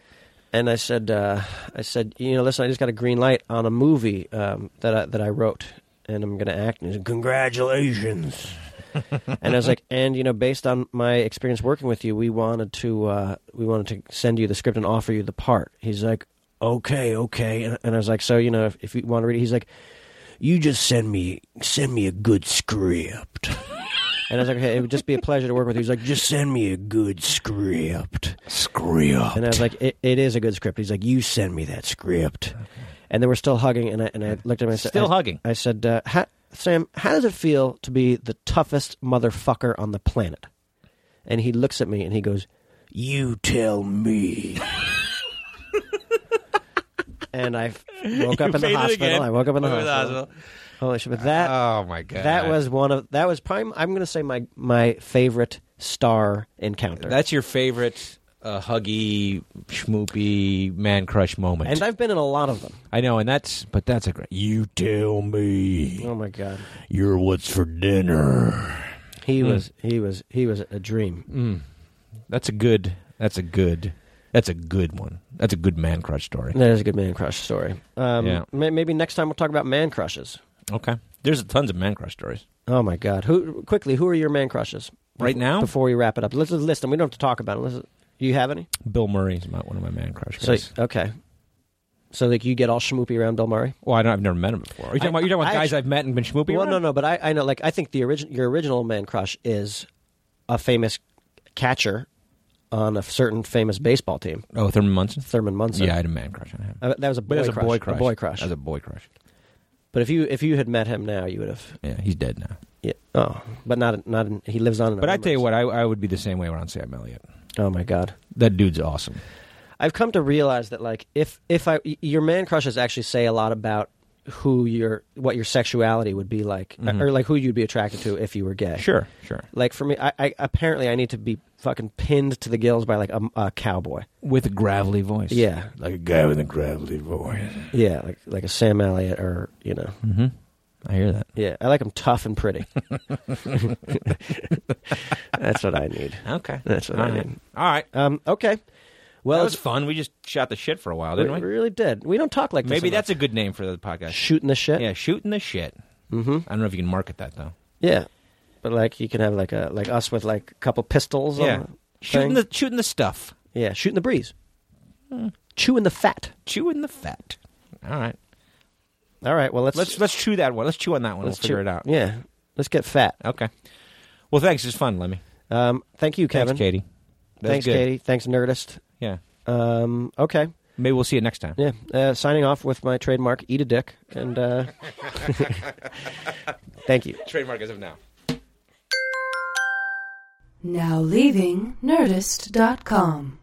and I said, uh, I said, you know, listen, I just got a green light on a movie um, that I, that I wrote, and I'm going to act. in it." Congratulations. (laughs) And I was like, and you know, based on my experience working with you, we wanted to uh, we wanted to send you the script and offer you the part. He's like, Okay, okay. and, and I was like, so you know, if, if you want to read it, he's like, You just send me send me a good script. and I was like, okay, it would just be a pleasure to work with you. He's like, Just send me a good script. Script. and I was like, it, it is a good script. He's like, you you send me that script. and then we're still hugging, and I and I looked at him and I said, Still I- hugging. I said, uh, "Ha- Sam, how does it feel to be the toughest motherfucker on the planet? And he looks at me and he goes, You tell me. and I f- woke up in the hospital. I woke up in the hospital. Holy shit! But that Oh my god. that was one of that was prime. I'm going to say my my favorite star encounter. That's your favorite a huggy, schmoopy, man crush moment. And I've been in a lot of them. I know, and that's but that's a great. You tell me Oh my god, you're what's for dinner. he was he was he was a dream. That's a good. That's a good. That's a good one. That's a good man crush story. That is a good man crush story. Um, Hmm. Yeah. may- maybe next time we'll talk about man crushes. Okay. There's tons of man crush stories. Oh my god, who quickly? Who are your man crushes Right now, before we wrap it up? Let's just list them. We don't have to talk about it. Let's, do you have any? Bill Murray's my, one of my man crush So guys. okay, so like you get all schmoopy around Bill Murray. well, I don't, I've never met him before. Are you talking I- about, you're talking about I guys actu- I've met and been schmoopy well, around? no, no, but I, I know, like, I think the origin, your original man crush is a famous catcher on a certain famous baseball team, Oh, Thurman Munson? Thurman Munson. yeah, I had a man crush on him. Uh, that was a boy, but it was crush, a boy crush. A boy crush. That was a boy crush. but if you if you had met him now, you would have. Yeah, he's dead now. Yeah, oh, but not not. In, he lives on. In our But I tell you memories. what, I, I would be the same way around Sam Elliott. Oh my god. That dude's awesome. I've come to realize that like if if I y- your man crushes actually say a lot about who your what your sexuality would be like uh, or like who you'd be attracted to if you were gay. Mm-hmm. Sure, sure. Like for me, I, I apparently I need to be fucking pinned to the gills by like a, a cowboy. With a gravelly voice. Yeah, Like a guy with a gravelly voice. yeah, like like a Sam Elliott or you know, Hmm. I hear that. yeah. Mm-hmm. I like them tough (laughs) and pretty. That's what I need. Okay. That's what All I right. mean. All right. Um, okay, well, that was it's- fun. We just shot the shit for a while, we didn't we? really did. We don't talk like this Maybe enough. that's a good name for the podcast. shooting the shit. Yeah, shooting the shit. Mm-hmm. I don't know if you can market that though. Yeah, but like you can have like a like us with like a couple pistols. on Yeah, the shooting thing. the shooting the Hmm. stuff, yeah, shooting the breeze, chewing the fat. chewing the fat. All right, All right, well let's let's let's chew that one. Let's chew on that one. let's we'll figure chew- it out. Yeah, let's get fat. Okay. Well, thanks. It's fun, Lemmy. Um, thank you, Kevin. Thanks, Katie. That was Thanks, good. Katie. Thanks, Nerdist. Yeah. Um, okay, Maybe we'll see you next time. yeah. Uh, signing off with my trademark, eat a dick, and uh, (laughs) thank you. Trademark as of now. Now leaving Nerdist.com.